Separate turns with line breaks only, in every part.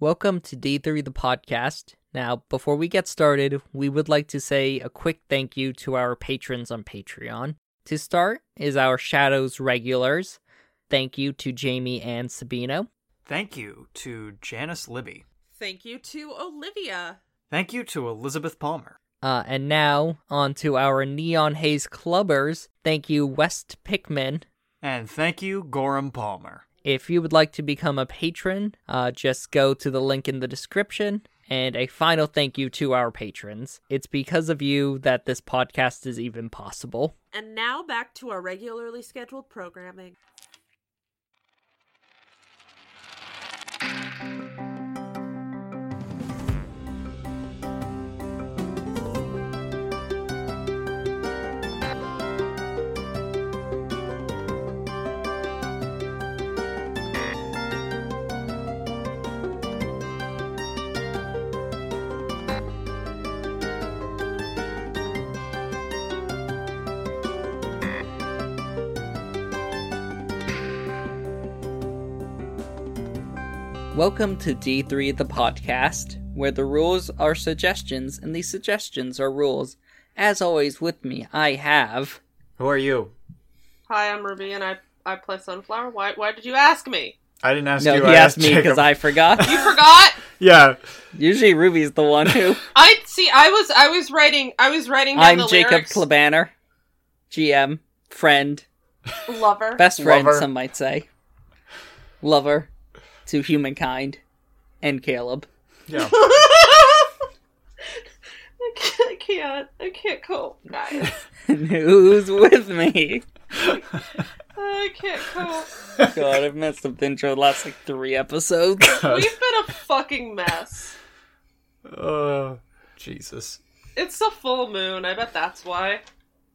Welcome to D3 the podcast. Now, before we get started, we would like to say a quick thank you to our patrons on Patreon. To start is our Shadows regulars. Thank you to Jamie and Sabino.
Thank you to Janice Libby.
Thank you to Olivia.
Thank you to Elizabeth Palmer.
Uh, and now, on to our Neon Haze clubbers. Thank you, West Pickman.
And thank you, Gorham Palmer.
If you would like to become a patron, uh, just go to the link in the description. And a final thank you to our patrons. It's because of you that this podcast is even possible.
And now back to our regularly scheduled programming.
Welcome to D3 the podcast, where the rules are suggestions and the suggestions are rules. As always, with me, I have.
Who are you?
Hi, I'm Ruby, and I I play sunflower. Why Why did you ask me?
I didn't ask
No,
you.
he
I
asked me because
Jacob.
I forgot.
You forgot?
Yeah,
Usually, Ruby's the one who.
I see. I was I was writing I was writing down
I'm
the
Jacob
lyrics.
Klebanner, GM, friend,
Lover.
best friend,
Lover.
some might say, lover to humankind, and Caleb.
yeah.
I can't. I can't, I can't cope, guys.
And Who's with me?
I can't cope.
God, I've messed up the intro the last like three episodes.
We've been a fucking mess.
Uh, Jesus.
It's a full moon. I bet that's why.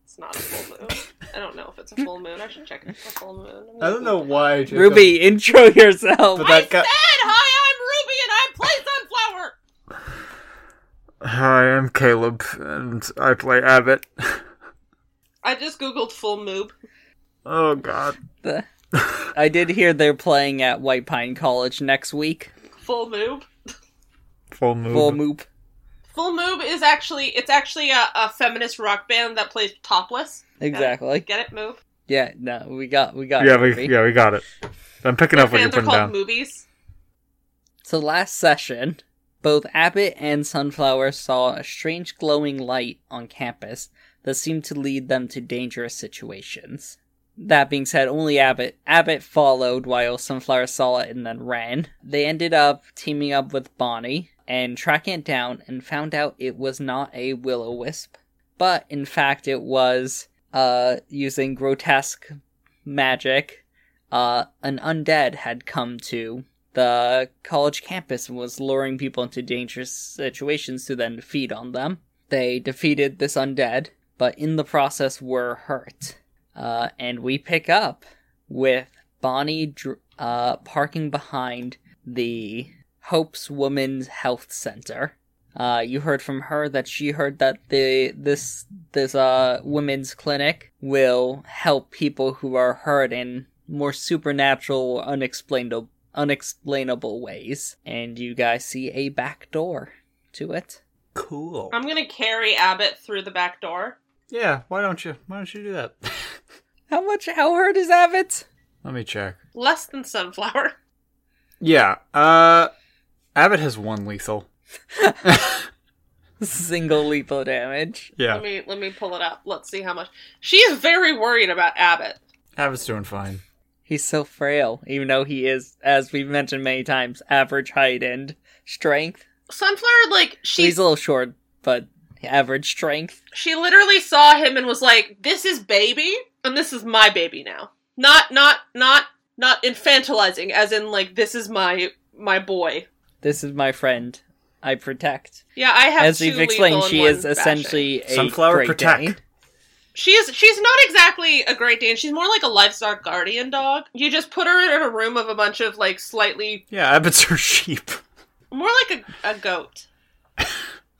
It's not a full moon. I don't know if it's a full moon. I should check if it's a full moon.
I don't know why. Jacob,
Ruby, intro yourself.
but Oh, that guy.
hi, I'm Ruby, and I play sunflower.
Hi, I'm Caleb, and I play Abbott.
I just googled full moob.
Oh God.
The- I did hear they're playing at White Pine College next week.
Full moob.
Full moon.
Full moop.
Full moob is actually it's actually a, a feminist rock band that plays topless.
Exactly.
Get it? Moob.
Yeah, no, we got we got
Yeah,
it,
we
Ruby.
yeah we got it. I'm picking up what you're
Fans are
putting
called
down.
movies.
So last session, both Abbott and Sunflower saw a strange glowing light on campus that seemed to lead them to dangerous situations. That being said, only Abbott Abbott followed while Sunflower saw it and then ran. They ended up teaming up with Bonnie and tracking it down and found out it was not a willow wisp, but in fact it was uh using grotesque magic. Uh an undead had come to the college campus and was luring people into dangerous situations to then feed on them. They defeated this undead, but in the process were hurt. Uh, and we pick up with Bonnie dr- uh, parking behind the Hope's Women's Health Center. Uh, you heard from her that she heard that the this this uh women's clinic will help people who are hurt in more supernatural, or unexplainable unexplainable ways, and you guys see a back door to it.
Cool.
I'm gonna carry Abbott through the back door.
Um, Yeah. Why don't you? Why don't you do that?
How much? How hurt is Abbott?
Let me check.
Less than sunflower.
Yeah. Uh, Abbott has one lethal.
Single lethal damage.
Let
Yeah.
me let me pull it up. Let's see how much. She is very worried about Abbott.
Abbott's doing fine.
He's so frail, even though he is, as we've mentioned many times, average height and strength.
Sunflower, like
She's,
she's
a little short, but average strength.
she literally saw him and was like, "This is baby, and this is my baby now." Not not not not infantilizing, as in like this is my my boy.
This is my friend. I protect.
Yeah, I have.
As
two
we've explained,
lethal in
she
one
is
fashion.
essentially a
Sunflower
Great
protect.
Dane.
she is she's not exactly a Great Dane. She's more like a livestock guardian dog. You just put her in a room of a bunch of like slightly
Yeah, Abbott's her sheep.
more like a, a goat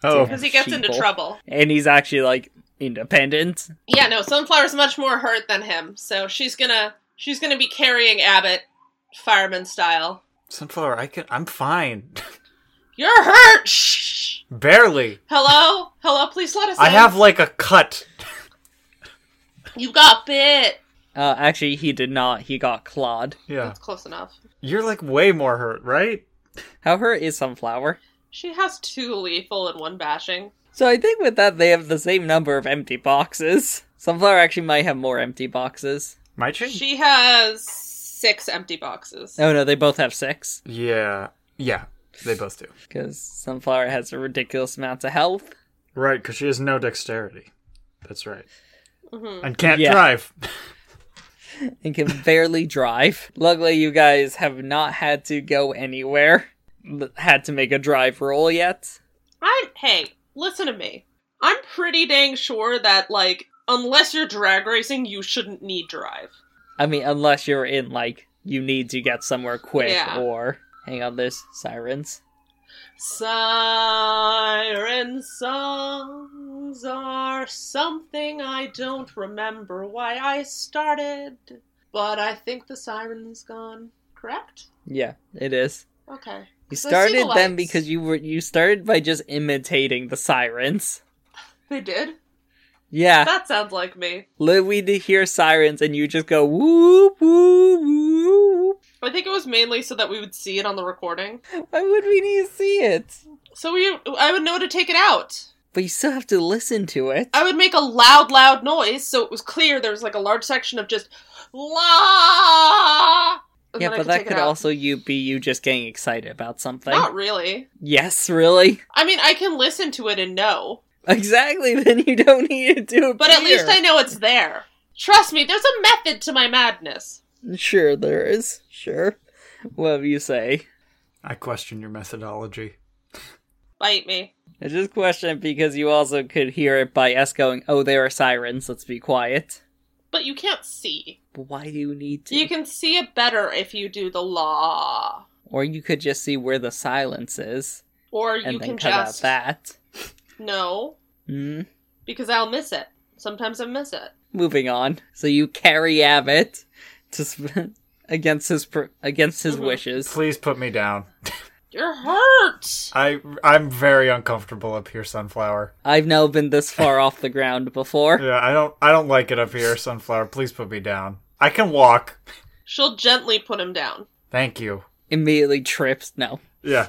Oh,
because he gets into
Sheeple.
trouble.
and he's actually like independent.
Yeah, no, Sunflower's much more hurt than him, so she's gonna she's gonna be carrying Abbott, fireman style.
Sunflower, I can. I'm fine.
You're hurt. Shh.
Barely.
Hello, hello. Please let us.
I
in.
have like a cut.
You got bit.
Uh, actually, he did not. He got clawed.
Yeah.
That's close enough.
You're like way more hurt, right?
How hurt is Sunflower?
She has two lethal and one bashing.
So I think with that, they have the same number of empty boxes. Sunflower actually might have more empty boxes.
My she?
She has six empty boxes.
Oh no, they both have six.
Yeah. Yeah. They both do.
Because Sunflower has a ridiculous amount of health.
Right, because she has no dexterity. That's right.
Mhm.
And can't
Yeah.
drive.
and can barely drive. Luckily, you guys have not had to go anywhere, l- had to make a drive roll yet.
I'm hey, listen to me. I'm pretty dang sure that like unless you're drag racing, you shouldn't need drive.
I mean, unless you're in like you need to get somewhere quick
Yeah.
or hang on, there's sirens.
Siren songs are something I don't remember why I started, but I think the siren's gone. Correct?
Yeah, it is.
Okay.
You
So I see the
started them
lights.
because you were you started by just imitating the sirens.
They did.
Yeah,
That sounds like me.
li- we did hear sirens and you just go whoop whoop whoop.
I think it was mainly so that we would see it on the recording.
Why would we need to see it?
So we I would know to take it out.
But you still have to listen to it.
I would make a loud, loud noise, so it was clear there was like a large section of just la. and
yeah,
then I
but that
take it
could
out.
also you be you just getting excited about something.
not really.
Yes, really.
I mean, I can listen to it and know,
Exactly. Then you don't need to do it.
but at least I know it's there. Trust me, there's a method to my madness.
know. Sure, there is. Sure. Whatever you say.
I question your methodology.
Bite me.
I just question because you also could hear it by us going, "Oh, there are sirens. Let's be quiet."
But you can't see.
But why do you need to?
You can see it better if you do the law,
Or you could just see where the silence is
or
and
you
then
can
cut
just
out that.
no,
Hmm.
because I'll miss it. Sometimes I miss it.
Moving on. So you carry Abbott to sp- against his pr- against his
Mhm.
wishes.
Please put me down.
You're hurt.
I I'm very uncomfortable up here, Sunflower.
I've never been this far off the ground before.
Yeah, I don't I don't like it up here, Sunflower. Please put me down. I can walk.
She'll gently put him down.
Thank you.
Immediately trips. No.
Yeah.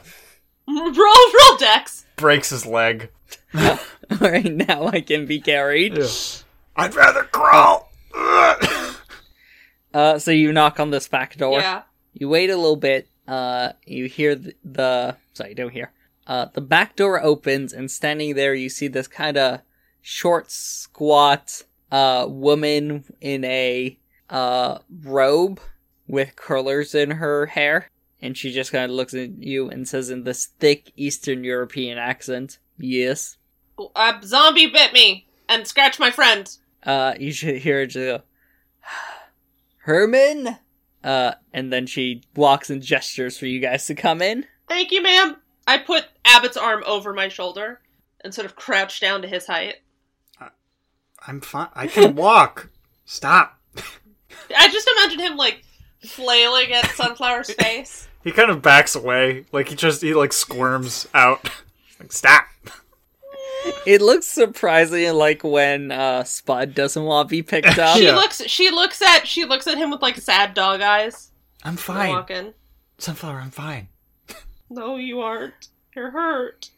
Roll, roll, Dex.
Breaks his leg.
Alright, now I can be carried.
Yeah. I'd rather crawl.
Uh, so you knock on this back door.
Yeah.
You wait a little bit. Uh, you hear the, the sorry, you don't hear. Uh, the back door opens, and standing there, you see this kind of short, squat, uh, woman in a uh robe with curlers in her hair, and she just kind of looks at you and says in this thick Eastern European accent, "Yes."
A Uh, zombie bit me and scratched my friend.
Uh, you should hear her just go, Herman? Uh, and then she walks and gestures for you guys to come in.
Thank you, ma'am. I put Abbott's arm over my shoulder and sort of crouched down to his height.
I'm fine. I can walk. Stop.
I just imagined him like flailing at Sunflower's face.
He kind of backs away. Like he just he like squirms out. like stop.
It looks surprising like when, uh, Spud doesn't want to be picked up.
She
Yeah.
looks. She looks at. She looks at him with like sad dog eyes.
I'm
Walking.
fine. Sunflower, I'm fine.
No, you aren't. You're hurt.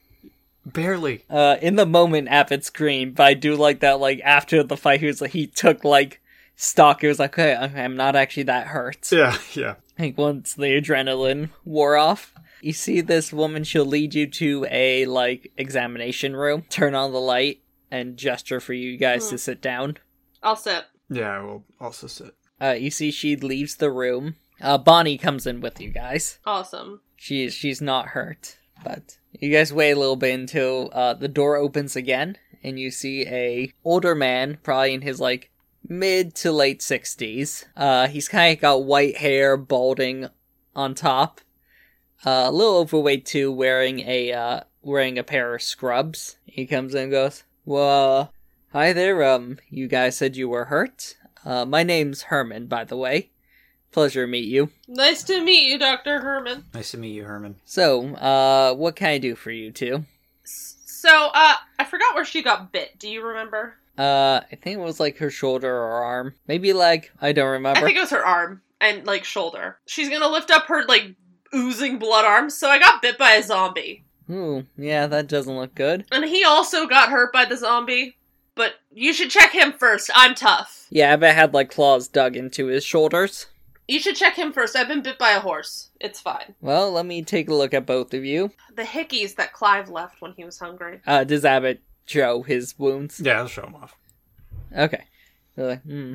Barely.
Uh, in the moment, Abbott screamed, but I do like that, like, after the fight, he was like, he took, like, stock. It was like, okay, I'm not actually that hurt.
Yeah, yeah.
like once the adrenaline wore off you see this woman she'll lead you to a like examination room turn on the light and gesture for you guys to sit down
I'll sit.
Yeah, I will also sit.
uh, you see she leaves the room uh, bonnie comes in with you guys
Awesome.
she she's not hurt but you guys wait a little bit until uh, the door opens again and you see a older man probably in his like mid to late 60s uh he's kind of got white hair balding on top uh, a little overweight too wearing a uh wearing a pair of scrubs he comes in and goes well hi there um you guys said you were hurt uh my name's herman by the way Pleasure to meet you.
Nice to meet you, Dr. Herman.
Nice to meet you, Herman.
So, uh, what can I do for you two?
S- So, uh, I forgot where she got bit. Do you remember?
Uh, I think it was like her shoulder or arm. Maybe leg. I don't remember.
I think it was her arm and, like, shoulder. She's gonna lift up her, like, oozing blood arm. So I got bit by a zombie.
Ooh, yeah, that doesn't look good.
And he also got hurt by the zombie. But you should check him first. I'm tough.
Yeah, I bet had like claws dug into his shoulders.
You should check him first. I've been bit by a horse. It's fine.
Well, let me take a look at both of you.
The hickeys that Clive left when he was hungry.
Uh, does Abbott show his wounds?
Yeah, I'll show him off.
Okay. They're like, hmm.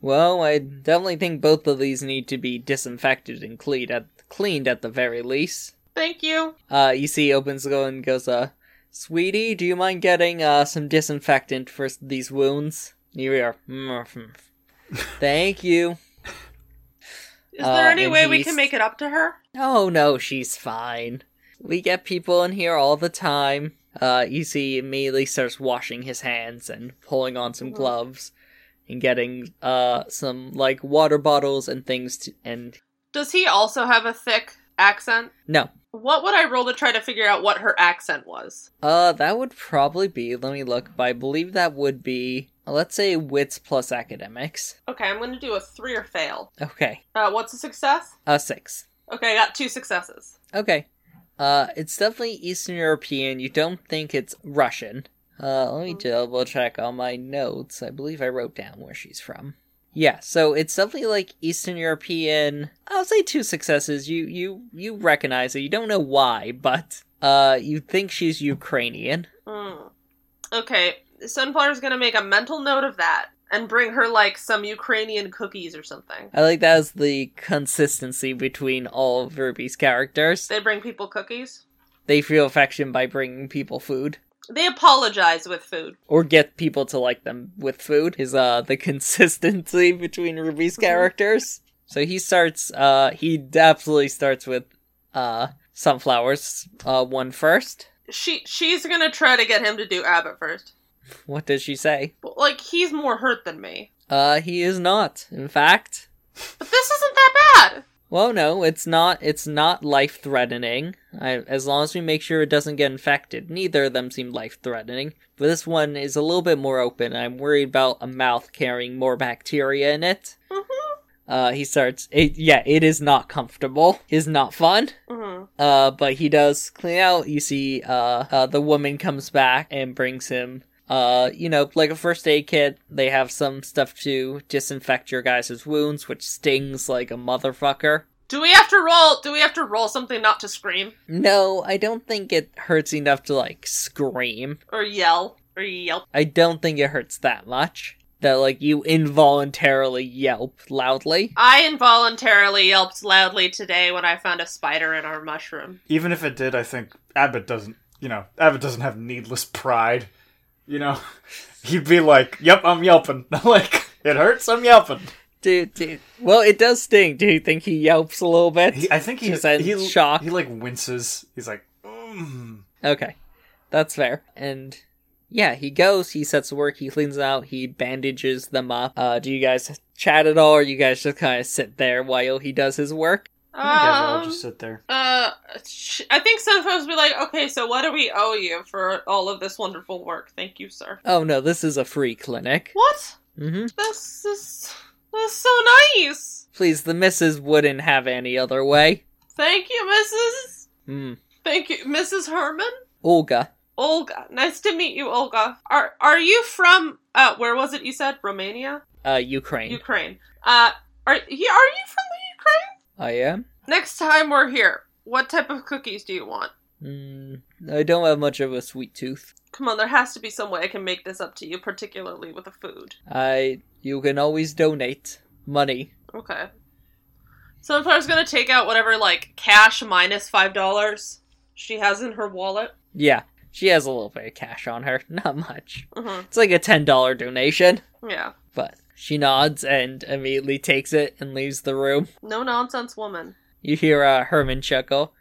Well, I definitely think both of these need to be disinfected and cleaned at cleaned at the very least.
Thank you.
Uh, you see, opens the door and goes, uh, sweetie, do you mind getting uh some disinfectant for s- these wounds? You are. "Mm, mm. Thank you.
Is
Uh,
there any
and
way we
he's-
can make it up to her?
Oh no, she's fine. We get people in here all the time. Uh, you see, immediately starts washing his hands and pulling on some
Mhm.
gloves and getting uh some like water bottles and things to and
Does he also have a thick accent?
no.
What would I roll to try to figure out what her accent was?
Uh, that would probably be. Let me look. But I believe that would be. Let's say wits plus academics.
Okay, I'm going to do a three or fail.
Okay,
Uh, what's a success?
a six.
Okay, I got two successes.
Okay. Uh, it's definitely Eastern European. You don't think it's Russian. Uh, let me double check on my notes. I believe I wrote down where she's from. Yeah, so it's definitely like Eastern European. I'll say two successes. You you you recognize it. You don't know why, but uh, you think she's Ukrainian.
Mm. Okay, Sunflower's going to make a mental note of that and bring her, like, some Ukrainian cookies or something.
I like that as the consistency between all of Ruby's characters.
They bring people cookies.
They feel affection by bringing people food.
They apologize with food.
or get people to like them with food is uh the consistency between Ruby's
Mhm.
characters. So he starts uh he absolutely starts with uh sunflowers uh one first.
She she's gonna try to get him to do Abbott first.
What does she say?
But like he's more hurt than me.
Uh he is not. In fact,
But this isn't that bad.
well no, it's not it's not life threatening. I as long as we make sure it doesn't get infected. Neither of them seem life threatening. But this one is a little bit more open. I'm worried about a mouth carrying more bacteria in it.
Mm-hmm.
Uh, he starts. It, yeah, it is not comfortable. Is not fun.
Mm-hmm.
Uh, but he does clean out. You see, uh, uh, the woman comes back and brings him. Uh, you know, like a first aid kit. They have some stuff to disinfect your guys' wounds, which stings like a motherfucker.
Do we have to roll? Do we have to roll something not to scream
No, I don't think it hurts enough to like scream.
or yell or yelp?
I don't think it hurts that much. That like you involuntarily yelp loudly.
I involuntarily yelped loudly today when I found a spider in our mushroom.
Even if it did, I think Abbott doesn't. You know, Abbott doesn't have needless pride. You know, he'd be like, "Yep, I'm yelping. like it hurts. I'm yelping."
Dude, dude. Well, it does sting. Do you think he yelps a little bit?
He, I think he
Just in
he,
shock.
He like winces. He's like,
Um,
mm.
Okay, that's fair. And yeah, he goes. He sets to work. He cleans it out. He bandages them up. Uh, do you guys chat at all? Or you guys just kind of sit there while he does his work?
yeah, we'll
Um,
just sit there.
uh, sh- I think some folks be like, okay, so what do we owe you for all of this wonderful work? Thank you, sir.
Oh no, this is a free clinic.
What?
hmm
This is that's so nice.
Please, the missus wouldn't have any other way.
Thank you, Mrs.
Hmm.
Thank you, Mrs. Herman.
Olga.
Olga, nice to meet you, Olga. Are are you from uh where was it you said? Romania?
Uh, Ukraine.
Ukraine. Uh are you are you from the Ukraine?
I am.
Next time we're here, what type of cookies do you want?
Mm, I don't have much of a sweet tooth.
Come on, there has to be some way I can make this up to you, particularly with the food.
I. You can always donate money.
Okay. So if I was gonna take out whatever like cash minus five dollars she has in her wallet.
Yeah, she has a little bit of cash on her. Not much.
hmm
It's like a ten dollar donation.
Yeah.
But she nods and immediately takes it and leaves the room.
No nonsense woman.
You hear uh, Herman chuckle.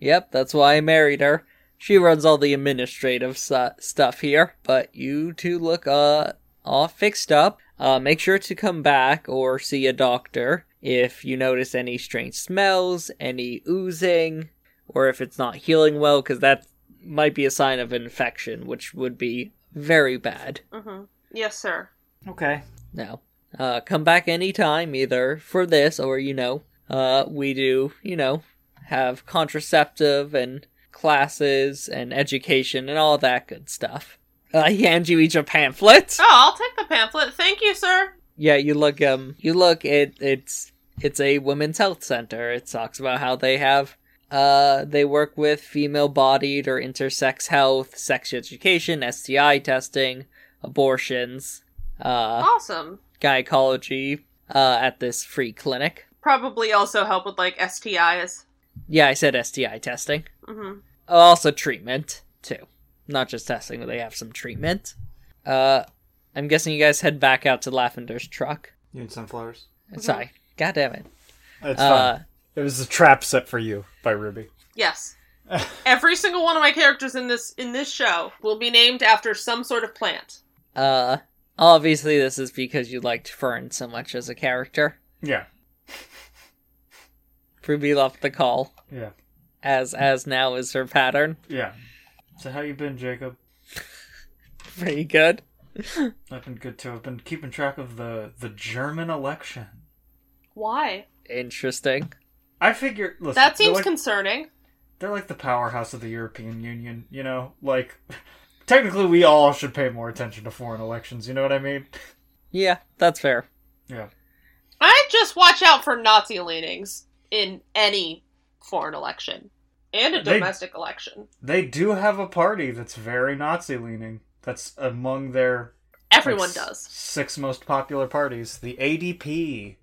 Yep, that's why I married her. She runs all the administrative su- stuff here, but you two look uh all fixed up. Uh, make sure to come back or see a doctor if you notice any strange smells, any oozing, or if it's not healing well, because that might be a sign of infection, which would be very bad.
Mm-hmm. Yes, sir.
Okay.
No. Uh, come back anytime, either for this or, you know, uh, we do, you know, have contraceptive and classes and education and all that good stuff. I hand you each a pamphlet.
Oh, I'll take the pamphlet. Thank you, sir.
Yeah, you look, um, you look, it, it's, it's a women's health center. It talks about how they have, uh, they work with female bodied or intersex health, sex education, STI testing, abortions, uh,
Awesome.
gynecology, uh, at this free clinic.
Probably also help with like STIs.
Yeah, I said STI testing. Oh,
Mm-hmm.
also treatment too not just testing but they have some treatment uh i'm guessing you guys head back out to lavender's truck Uh,
You and sunflowers.
sorry god damn it
It's
uh
fine. It was a trap set for you by Ruby.
Yes. Every single one of my characters in this in this show will be named after some sort of plant.
uh obviously this is because you liked fern so much as a character
Yeah.
ruby loved the call
Yeah.
as as now is her pattern
Yeah. So how you been, Jacob?
pretty good
I've been good too. I've been keeping track of the the German election.
Why?
interesting
I figure listen,
That
they're
seems
like,
concerning.
they're like the powerhouse of the European Union, you know? Like technically we all should pay more attention to foreign elections, you know what I mean?
yeah that's fair
Yeah.
I just watch out for Nazi leanings in any foreign election and a
They-
domestic election.
They do have a party that's very Nazi leaning. That's among their like,
Everyone
s-
does.
Six most popular parties. The ADP.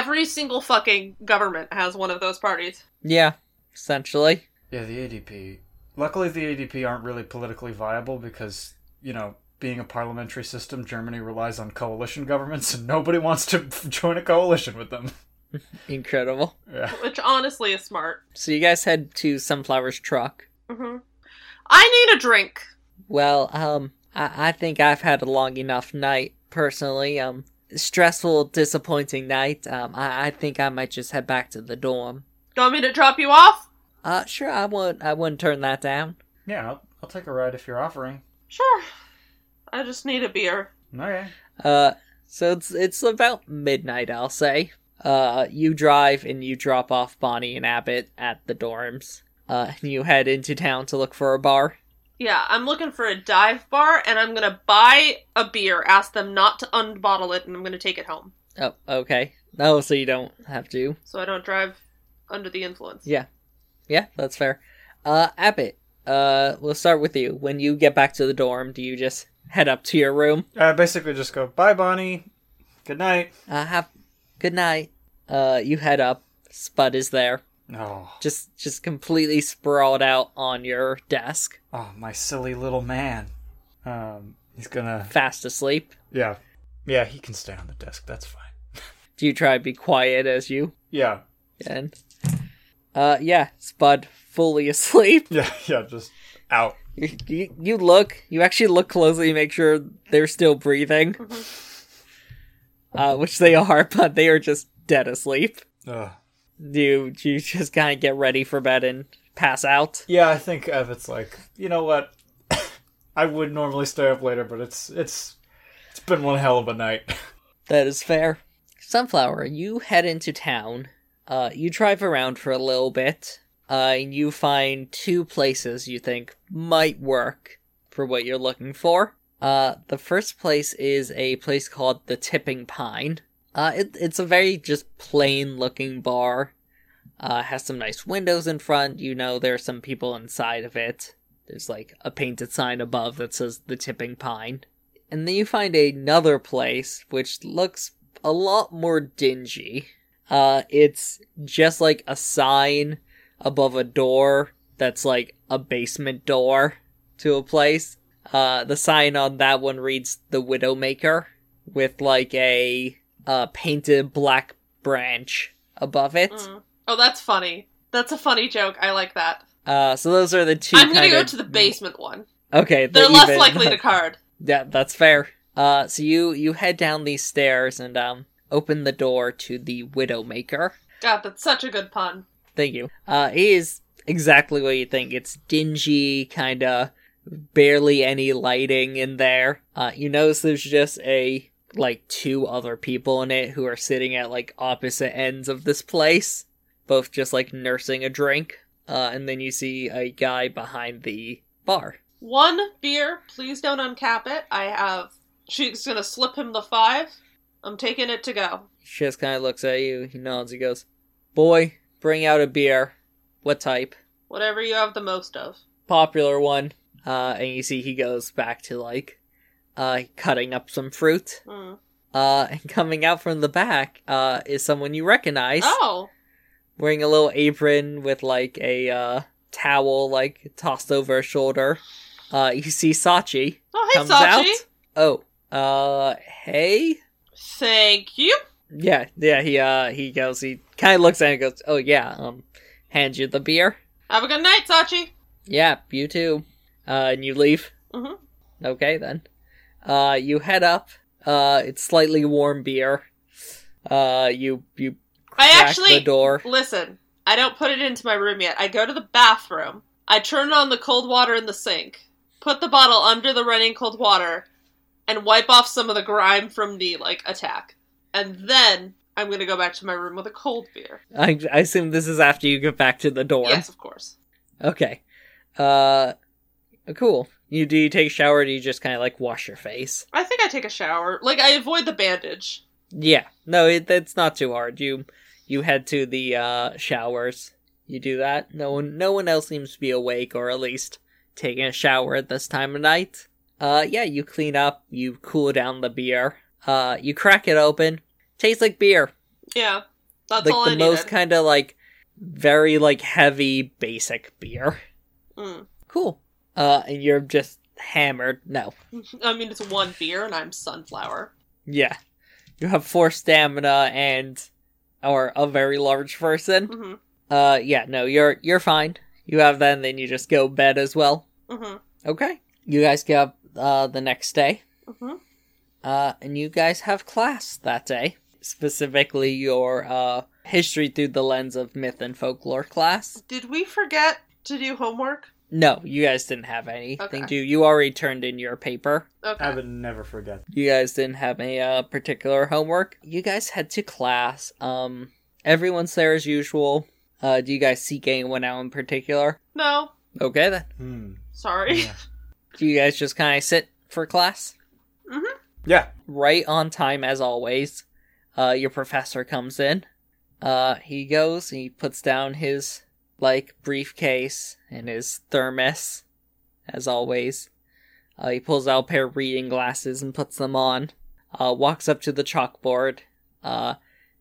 Every single fucking government has one of those parties.
yeah essentially
Yeah, the ADP. Luckily, the ADP aren't really politically viable because, you know, being a parliamentary system, Germany relies on coalition governments, and nobody wants to join a coalition with them.
incredible
Yeah.
Which honestly is smart.
so you guys head to sunflower's truck
hmm I need a drink.
Well, um, I, I think I've had a long enough night personally. Um, stressful, disappointing night. Um, I, I think I might just head back to the dorm.
Do you want me to drop you off?
Uh, sure, I won't. I wouldn't turn that down.
Yeah, I'll, I'll take a ride if you're offering.
Sure. I just need a beer.
Okay.
Uh, so it's it's about midnight, I'll say. Uh, you drive and you drop off Bonnie and Abbott at the dorms. Uh, and you head into town to look for a bar.
Yeah, I'm looking for a dive bar and I'm gonna buy a beer, ask them not to unbottle it, and I'm gonna take it home.
Oh, okay. Oh, so you don't have to.
So I don't drive under the influence.
Yeah. Yeah, that's fair. Uh, Abbott, uh, we'll start with you. When you get back to the dorm, do you just head up to your room?
I Uh, basically just go, bye, Bonnie. Good night.
Uh, have good night. Uh, you head up. Spud is there,
Oh,
just just completely sprawled out on your desk,
oh, my silly little man. Um, he's gonna.
fast asleep.
Yeah. Yeah, he can stay on the desk. That's fine.
Do you try to be quiet as you
Yeah.
can? Uh, yeah, Spud fully asleep.
Yeah, yeah, just out.
You, you, you look, you actually look closely, make sure they're still breathing, uh, which they are, but they are just dead asleep.
Ugh.
Do you, do you just kind of get ready for bed and pass out?
Yeah, I think if it's like, you know what? I would normally stay up later, but it's it's it's been one hell of a night.
That is fair. Sunflower, you head into town. Uh, you drive around for a little bit, uh, and you find two places you think might work for what you're looking for. Uh, the first place is a place called the Tipping Pine. Uh, it, it's a very just plain looking bar. Uh, has some nice windows in front. You know there are some people inside of it. There's like a painted sign above that says the Tipping Pine and then you find another place which looks a lot more dingy. Uh, it's just like a sign above a door that's like a basement door to a place. Uh, the sign on that one reads "The Widowmaker" with like a uh, painted black branch above it.
Mm. Oh, that's funny. That's a funny joke. I like that.
Uh, so those are the 2
I'm gonna
kinda-
go to the basement one.
Okay, the
They're less
even-
likely to card.
Yeah, that's fair. Uh, so you you head down these stairs and um open the door to the Widowmaker.
God, that's such a good pun.
Thank you. Uh, it is exactly what you think. It's dingy, kind of barely any lighting in there. Uh, you notice there's just a like two other people in it who are sitting at like opposite ends of this place, both just like nursing a drink. Uh, and then you see a guy behind the bar.
One beer, please don't uncap it. I have. She's gonna slip him the five. I'm taking it to go.
She just kind of looks at you. He nods. He goes, "Boy, bring out a beer. What type?
Whatever you have the most of.
Popular one." Uh, and you see he goes back to like uh, cutting up some fruit.
Mm.
Uh, and coming out from the back uh, is someone you recognize,
Oh,
wearing a little apron with like a uh, towel like tossed over her shoulder. Uh, you see Sachi
oh, hey,
comes
Sachi.
out. Oh, uh, hey.
Thank you.
Yeah, yeah, he uh he goes he kinda looks at it and goes, Oh yeah, um hand you the beer.
Have a good night, Sachi.
Yeah, you too. Uh and you leave.
Mhm.
Okay then. Uh you head up, uh it's slightly warm beer. Uh you you
I
crack
actually
the door.
listen. I don't put it into my room yet. I go to the bathroom. I turn on the cold water in the sink. Put the bottle under the running cold water, and wipe off some of the grime from the like attack. And then I'm gonna go back to my room with a cold beer.
I I assume this is after you get back to the door.
Yes, of course.
Okay. Uh cool. You do you take a shower or do you just kinda like wash your face?
I think I take a shower. Like I avoid the bandage.
Yeah, no, it, it's not too hard. You you head to the uh, showers. You do that. No one no one else seems to be awake or at least taking a shower at this time of night. Uh, yeah, you clean up. You cool down the beer. Uh, you crack it open. Tastes like beer.
Yeah, that's
like
all
the
I
most
needed.
kind of like very like heavy basic beer.
Mm.
Cool. Uh, and you're just hammered. No,
I mean, it's one beer, and I'm sunflower.
yeah, you have four stamina and or a very large person.
Mhm.
Uh, yeah, no, you're you're fine. You have that, and then you just go bed as well.
Mhm.
Okay. You guys get up uh, the next day,
Mhm.
uh, and you guys have class that day. Specifically, your uh, history through the lens of myth and folklore class.
Did we forget to do homework?
No, you guys didn't have anything
Okay.
due. You already turned in your paper.
Okay.
I would never forget.
you guys didn't have any uh, particular homework you guys head to class um everyone's there as usual uh do you guys seek anyone out in particular
No,
okay then
Hmm.
sorry.
Yeah.
do you guys just kind of sit for class
yeah.
right on time as always uh your professor comes in uh he goes he puts down his like briefcase and his thermos as always uh, he pulls out a pair of reading glasses and puts them on uh walks up to the chalkboard uh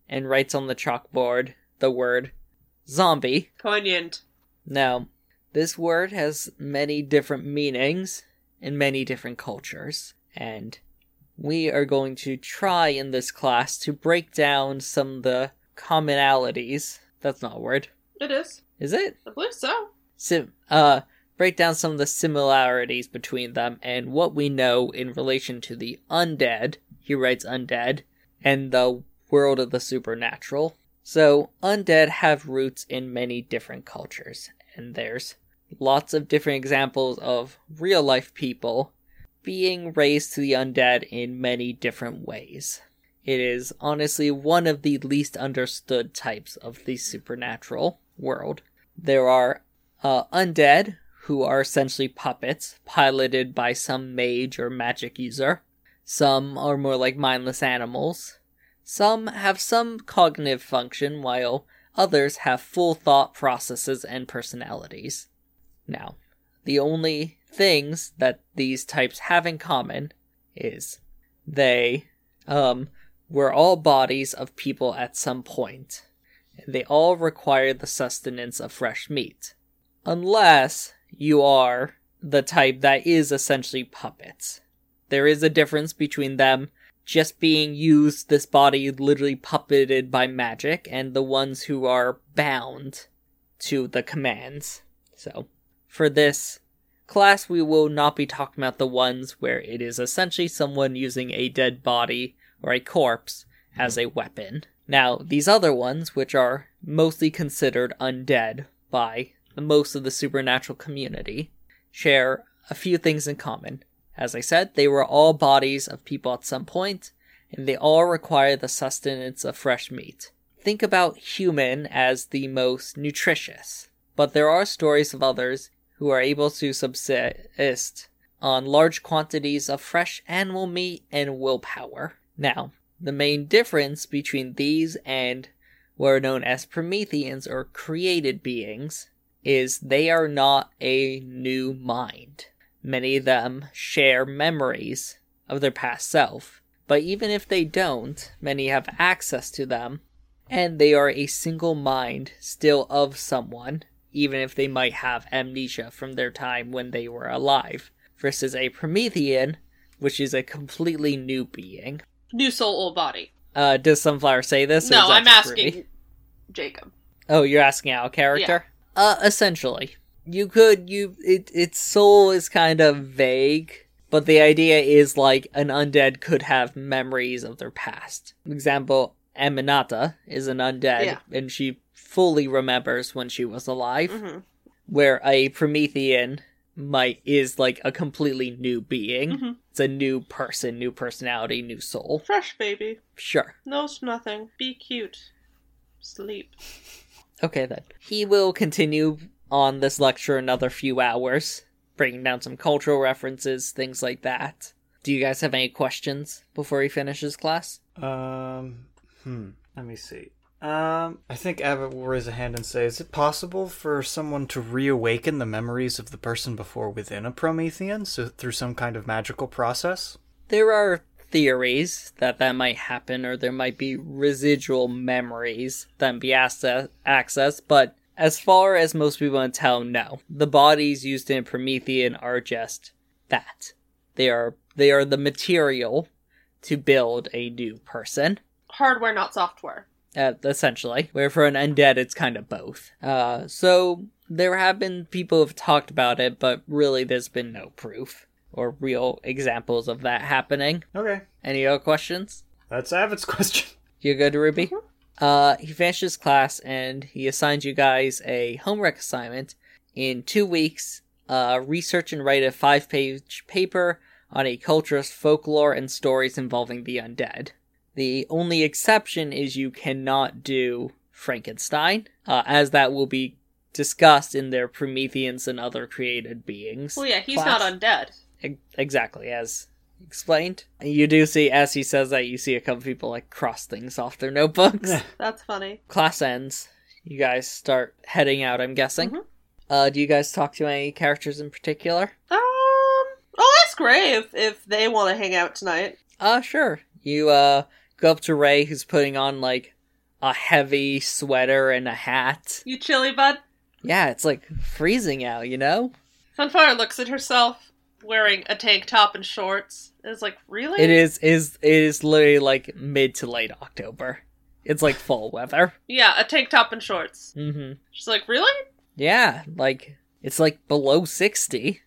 and writes on the chalkboard the word zombie
Poignant.
now this word has many different meanings in many different cultures and we are going to try in this class to break down some of the commonalities that's not a word
It is.
is it
I believe so.
sim uh break down some of the similarities between them and what we know in relation to the undead he writes undead and the world of the supernatural so undead have roots in many different cultures and there's lots of different examples of real life people being raised to the undead in many different ways it is honestly one of the least understood types of the supernatural world there are uh, undead, who are essentially puppets piloted by some mage or magic user. Some are more like mindless animals. Some have some cognitive function, while others have full thought processes and personalities. Now, the only things that these types have in common is they um, were all bodies of people at some point. They all require the sustenance of fresh meat unless you are the type that is essentially puppets. There is a difference between them just being used, this body literally puppeted by magic, and the ones who are bound to the commands. So, for this class, we will not be talking about the ones where it is essentially someone using a dead body or a corpse as a weapon. Now, these other ones, which are mostly considered undead by the most of the supernatural community, share a few things in common. As I said, they were all bodies of people at some point, and they all require the sustenance of fresh meat. Think about human as the most nutritious, but there are stories of others who are able to subsist on large quantities of fresh animal meat and willpower. Now, the main difference between these and what are known as Prometheans or created beings is they are not a new mind. Many of them share memories of their past self, but even if they don't, many have access to them, and they are a single mind still of someone, even if they might have amnesia from their time when they were alive, versus a Promethean, which is a completely new being.
New soul, old body.
Uh, does Sunflower say this? or
no,
is that
I'm
just Ruby?
asking Jacob.
Oh, you're asking our character? Uh, essentially. You could, you, it, its soul is kind of vague, but the idea is like an undead could have memories of their past. For example, Aminata is an undead,
Yeah.
and she fully remembers when she was alive,
hmm
where a Promethean might, is like a completely new being.
Mhm.
It's a new person, new personality, new soul.
Fresh baby.
Sure.
Knows nothing. Be cute. Sleep.
Okay, then. He will continue on this lecture another few hours, bringing down some cultural references, things like that. Do you guys have any questions before he finishes class?
Um, hmm. Let me see. Um, I think Abbott will raise a hand and say, "Is it possible for someone to reawaken the memories of the person before within a Promethean, so through some kind of magical process?"
There are theories that that might happen, or there might be residual memories that be access- accessed, but as far as most people can tell, no. The bodies used in Promethean are just that. They are they are the material to build a new person.
Hardware, not software.
uh, essentially. Where for an undead, it's kind of both. Uh, so there have been people who've talked about it, but really, there's been no proof or real examples of that happening.
Okay,
Any other questions?
that's Abbott's question.
You good, Ruby?
Mm-hmm.
Uh, he finishes class and he assigns you guys a homework assignment in two weeks. Uh, research and write a five page paper on a culture's folklore and stories involving the undead. The only exception is you cannot do Frankenstein, uh, as that will be discussed in their Prometheans and other created beings.
Well, yeah, he's
Class.
not undead.
Ex- Exactly, as explained. You do see, as he says that, you see a couple people like cross things off their notebooks.
That's funny.
Class ends. You guys start heading out, I'm guessing.
Mhm.
Uh, do you guys talk to any characters in particular?
Um. Oh, that's great if, if they want to hang out tonight.
Uh, sure. You, uh, go up to Ray, who's putting on like a heavy sweater and a hat.
You chilly, bud?
Yeah, it's like freezing out, you know?
Sunfire looks at herself wearing a tank top and shorts and is like, really?
It is, is, it is literally like mid to late October. It's like fall weather.
Yeah, a tank top and shorts.
Mm hmm.
She's like, really?
Yeah, like it's like below 60.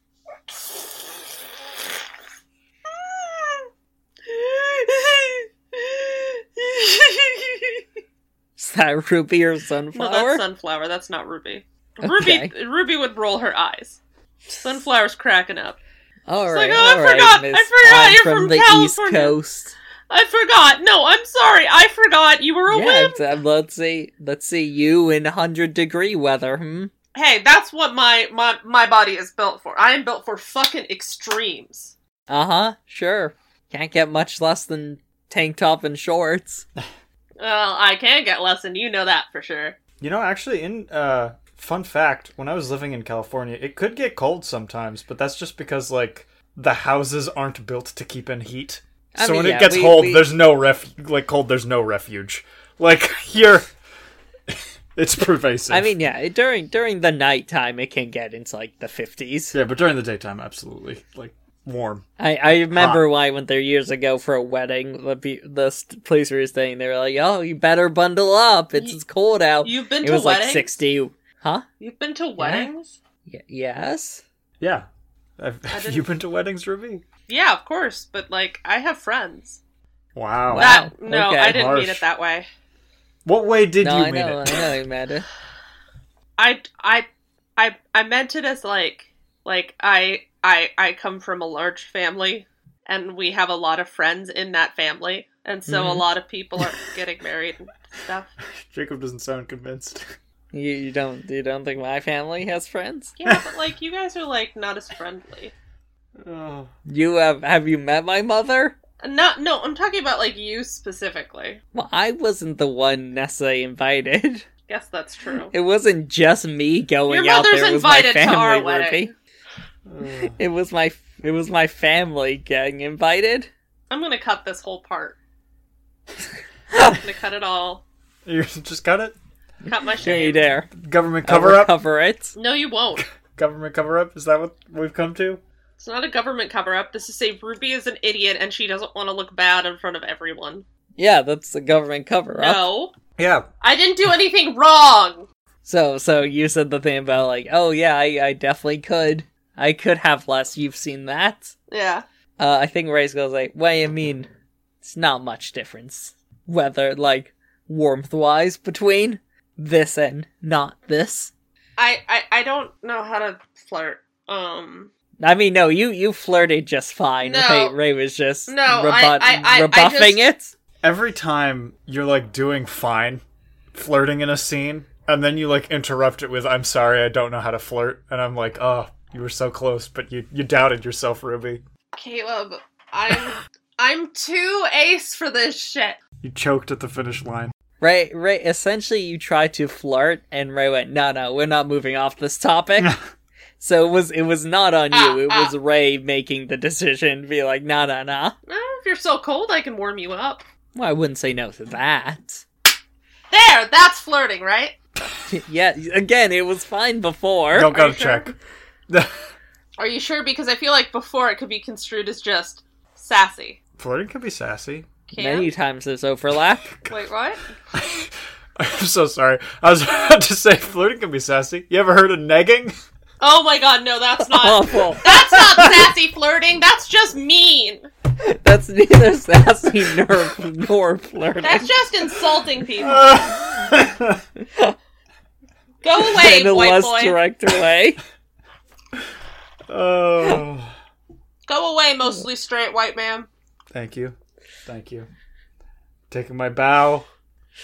Is that ruby or
no,
sunflower?
that's sunflower. That's not Ruby.
Okay.
Ruby Ruby would roll her eyes. Sunflower's cracking up.
all
It's
right,
like, oh, I
all right,
forgot- I
miss.
forgot
I'm
you're
from,
from
the East
California.
Coast.
I forgot. No, I'm sorry. I forgot you were a
Yeah,
wimp.
it's- um, let's see, let's see you in 100 degree weather. Hmm?
Hey, that's what my my my body is built for. I am built for fucking extremes.
Uh huh, sure. Can't get much less than tank top and shorts.
Well, I can get less, and you know that for sure.
You know, actually, in uh, fun fact, when I was living in California, it could get cold sometimes, but that's just because like the houses aren't built to keep in heat.
I
so
mean,
when
yeah,
it gets
we-
cold,
we-
there's no ref like cold. There's no refuge. Like you're, it's pervasive.
I mean, yeah, during during the nighttime it can get into like the 50s.
yeah, but during the daytime, absolutely like warm.
I, I remember when I went there years ago for a wedding. The pe- the st- place we were staying, they were like, "Oh, you better bundle up. It's,
You-
it's cold out."
You've been
it
to
was
weddings.
like sixty. Huh?
You've been to weddings.
Y- yes.
Yeah. I've, have
didn't-
you been to weddings, Ruby?
Yeah, of course. But like, I have friends.
Wow.
Wow.
That, no,
okay.
I didn't mean
Harsh.
it that way.
What way did
no,
you
I
mean
know,
it?
I know, Amanda.
I I I I meant it as like like I I I come from a large family and we have a lot of friends in that family and so a
Mhm.
lot of people are getting married and stuff.
Jacob doesn't sound convinced.
You, you don't you don't think my family has friends?
Yeah, but like you guys are like not as friendly.
oh.
You have have you met my mother?
Not no, I'm talking about like you specifically.
Well, I wasn't the one necessarily invited.
Guess that's true.
It wasn't just me going
Your
out there.
mother's
it was my
invited to our
family,
wedding.
Ruby. It was my it was my family getting invited.
I'm gonna cut this whole part. I'm gonna cut it all.
You just got it?
Cut my
Don't you
shame.
dare
Government
I
cover
will
up?
Cover it.
No, you won't.
Government cover up? Is that what we've come to?
It's not a government cover up. This is say Ruby is an idiot and she doesn't want to look bad in front of everyone.
Yeah, that's the government cover up.
No.
Yeah.
I didn't do anything wrong.
So so you said the thing about like, oh yeah, I, I definitely could. I could have less. You've seen that.
Yeah.
Uh, I think Ray's goes like, "What do you mean? It's not much difference, whether like warmth-wise between this and not this."
I, I I don't know how to flirt. Um
I mean, no, you you flirted just fine.
No.
Ray, Ray was just
No, I-
rebut-
I- I- I
rebuffing
Every time you're like doing fine, flirting in a scene, and then you like interrupt it with, I'm sorry, I don't know how to flirt. And I'm like, oh, you were so close, but you, you doubted yourself, Ruby.
Caleb, I'm I'm too ace for this shit.
You choked at the finish line.
it. Ray, Ray, essentially, you tried to flirt, and Ray went, "No, no, we're not moving off this topic." so it was it was not on you.
Ah,
it
ah.
was Ray making the decision, to be like, "No, no, no."
Eh, if you're so cold I can warm you up.
Well, I wouldn't say no to that.
There, that's flirting, right?
yeah, again, it was fine before.
Don't
Are
go
you
to check. Flirting
Are you sure? Because I feel like before it could be construed as just sassy.
can be sassy.
Can't
Many times there's overlap.
wait, what?
I'm so sorry. I was about to say flirting can be sassy. You ever heard of negging?
Oh my god, no, that's not
Awful.
That's not sassy flirting, that's just mean.
That's neither sassy nor, nor flirting.
That's just insulting people.
I
Go away,
in a
white
less
boy.
direct way.
oh,
Go away, mostly straight white man.
thank you, thank you. Taking my bow,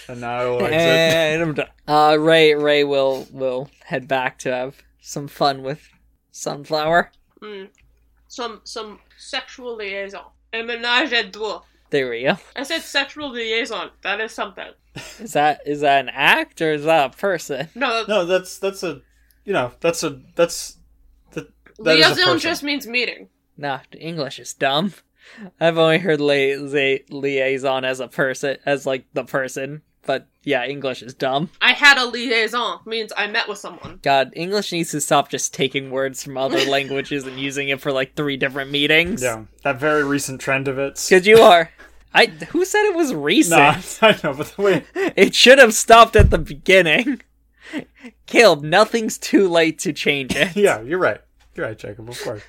and now I will exit.
and I'm done. Uh, Ray, Ray will will head back to have some fun with Sunflower.
Mm. Some some sexual liaison. A ménage à deux.
There we go.
I said sexual liaison. That is something.
Is that is that an act or is that a person?
No,
No, that's that's a, you know, that's a that's that, that is a
liaison
person.
just means meeting.
Nah, English is dumb. I've only heard li- li- liaison as a person, as like the person. But yeah, English is dumb.
I had a liaison means I met with someone.
God, English needs to stop just taking words from other languages and using it for like three different meetings.
Yeah, that very recent trend of it.
Because you are. I who said it was
Nah,
recent?
I know, but the way
It should have stopped at the beginning. Caleb, nothing's too late to change it.
yeah, you're right. You're right, Jacob. Of course.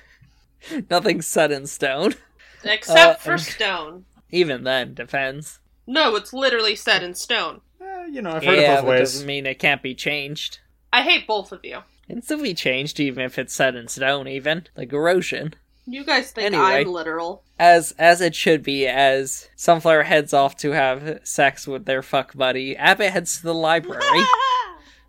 Nothing's set in stone.
Except
Uh,
for
and-
stone.
Even then, depends.
No, it's literally set in stone.
Eh, you know, I've heard
yeah,
it both
but
ways.
doesn't mean it can't be changed.
I hate both of you.
It still be changed even if it's set in stone, even. Like erosion.
You guys think
Anyway.
I'm literal.
as as it should be as sunflower heads off to have sex with their fuck buddy abbott heads to the library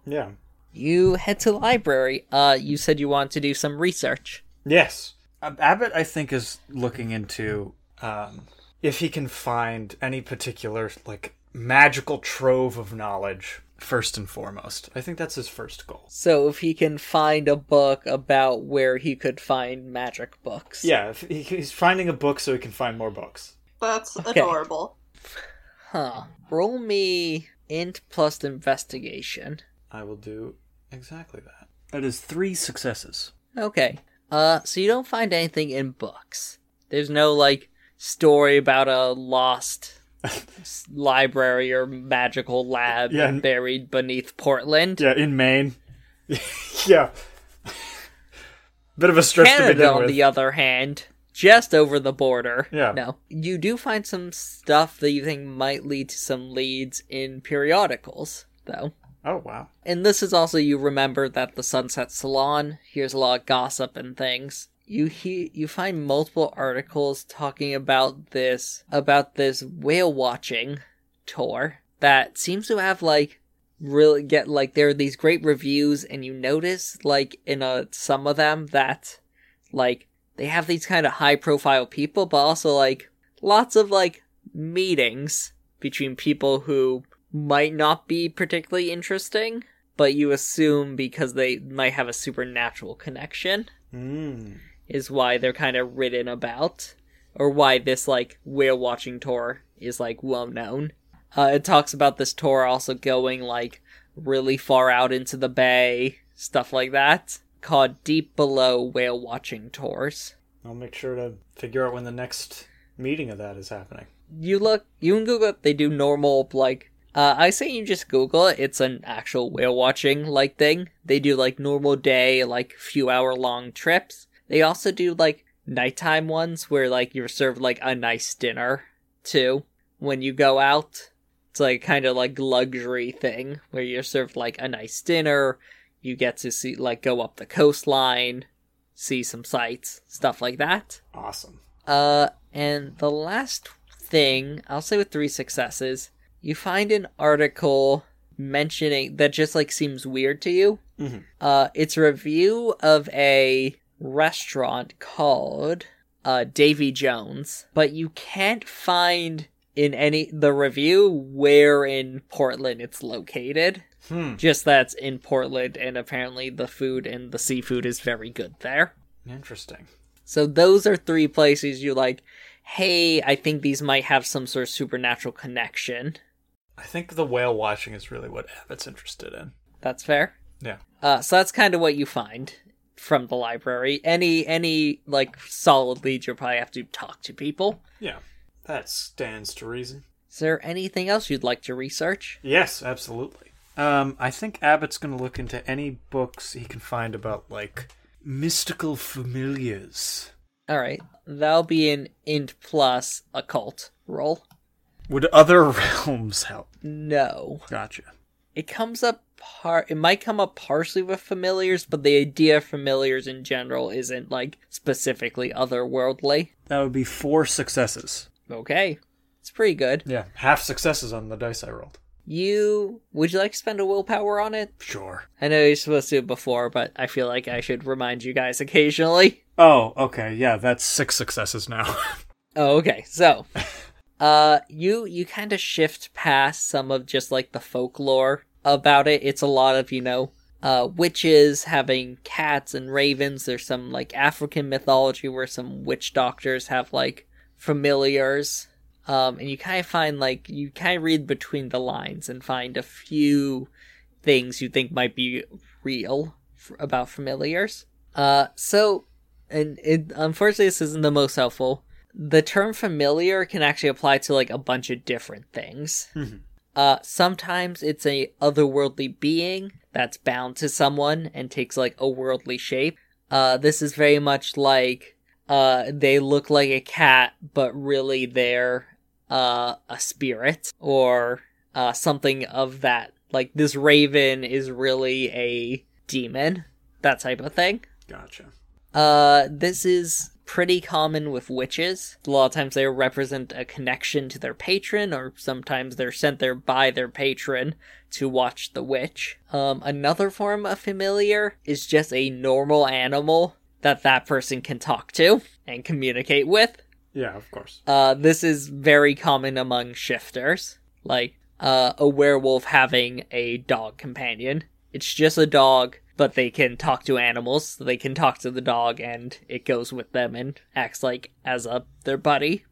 Yeah.
you head to the library uh you said you want to do some research
Yes. Um, Abbott, I think, is looking into um, if he can find any particular, like, magical trove of knowledge, first and foremost. I think that's his first goal.
so if he can find a book about where he could find magic books
Yeah, if he, he's finding a book so he can find more books.
That's
Okay.
adorable.
huh roll me int plus investigation
I will do exactly that. That is three successes.
okay uh so you don't find anything in books there's no like story about a lost s- library or magical lab
Yeah, and-
buried beneath Portland.
Yeah, in Maine. yeah. Bit of a stretch to
Canada,
begin
on
with.
the other hand, just over the border.
Yeah.
No. You do find some stuff that you think might lead to some leads in periodicals, though.
Oh wow.
And this is also you remember that the Sunset Salon hears a lot of gossip and things. You he- you find multiple articles talking about this about this whale watching tour that seems to have like really get like there are these great reviews and you notice like in a some of them that like they have these kind of high profile people but also like lots of like meetings between people who might not be particularly interesting, but you assume because they might have a supernatural connection
Mm.
is why they're kind of written about, or why this like whale watching tour is like well known. Uh, it talks about this tour also going like really far out into the bay, stuff like that, called Deep Below Whale Watching Tours.
I'll make sure to figure out when the next meeting of that is happening.
you look you can google it they do normal like uh, i say you just google it it's an actual whale watching like thing they do like normal day like few hour long trips they also do like nighttime ones where like you're served like a nice dinner too when you go out it's like kind of like luxury thing where you're served like a nice dinner you get to see like go up the coastline see some sights stuff like that
Awesome.
uh, and the last thing, I'll say with three successes, you find an article mentioning that just like seems weird to you.
Mhm.
Uh, it's a review of a restaurant called uh, Davy Jones, but you can't find in any the review where in Portland it's located.
Hmm.
Just that's in Portland, and apparently the food and the seafood is very good there.
Interesting.
So those are three places you like, hey, I think these might have some sort of supernatural connection.
I think the whale watching is really what Abbott's interested in.
That's fair.
Yeah.
Uh, so that's kind of what you find from the library. Any any like solid lead, you'll probably have to talk to people.
Yeah. That stands to reason.
Is there anything else you'd like to research?
Yes, absolutely. Um, I think Abbott's going to look into any books he can find about like mystical familiars.
All right, that'll be an int plus occult roll.
Would other realms help?
No,
Gotcha.
it comes up par. It might come up partially with familiars, but the idea of familiars in general isn't like specifically otherworldly.
That would be four successes.
Okay. It's pretty good.
Yeah, half successes on the dice I rolled.
You would you like to spend a willpower on it?
Sure.
I know you're supposed to before, but I feel like I should remind you guys occasionally.
Oh, okay. Yeah, that's six successes now.
Oh, okay. So, uh, you you kind of shift past some of just like the folklore about it. It's a lot of you know, uh, witches having cats and ravens. There's some like African mythology where some witch doctors have like familiars. Um, and you kind of find like you kind of read between the lines and find a few things you think might be real f- about familiars. Uh, so, and it, unfortunately, this isn't the most helpful the term familiar can actually apply to like a bunch of different things.
Mhm.
Uh, sometimes it's a otherworldly being that's bound to someone and takes like a worldly shape. Uh, this is very much like uh, they look like a cat, but really they're uh, a spirit or uh, something of that. Like this raven is really a demon, that type of thing.
gotcha.
Uh, this is pretty common with witches. A lot of times they represent a connection to their patron, or sometimes they're sent there by their patron to watch the witch. Um, another form of familiar is just a normal animal that that person can talk to and communicate with.
Yeah, of course.
Uh, this is very common among shifters, like uh, a werewolf having a dog companion. It's just a dog, but they can talk to animals. So they can talk to the dog, and it goes with them and acts like as a their buddy.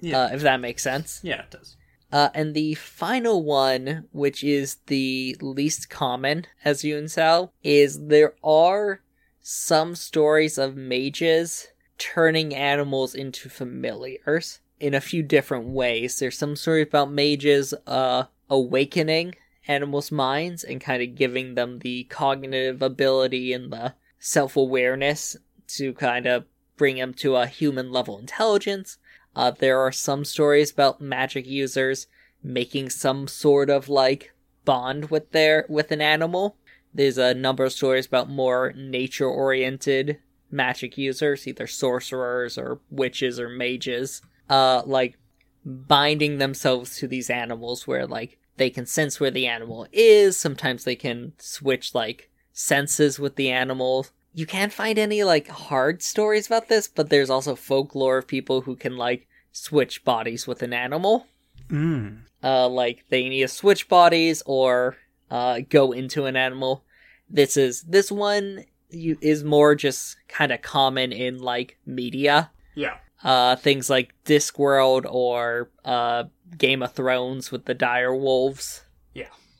Yeah.
Uh, if that makes sense.
Yeah, it does.
Uh, and the final one, which is the least common, as you can tell, is there are some stories of mages turning animals into familiars in a few different ways. There's some stories about mages uh, awakening animals' minds and kind of giving them the cognitive ability and the self awareness to kind of bring him to a human level intelligence. Uh, there are some stories about magic users making some sort of like bond with their with an animal. There's a number of stories about more nature oriented magic users, either sorcerers or witches or mages, uh, like binding themselves to these animals where like they can sense where the animal is. Sometimes they can switch like senses with the animal. You can't find any like hard stories about this, but there's also folklore of people who can like switch bodies with an animal.
Mm.
Uh, like they need to switch bodies or uh, go into an animal. This is this one you, is more just kind of common in like media.
Yeah.
Uh, things like Discworld or uh, Game of Thrones with the dire wolves.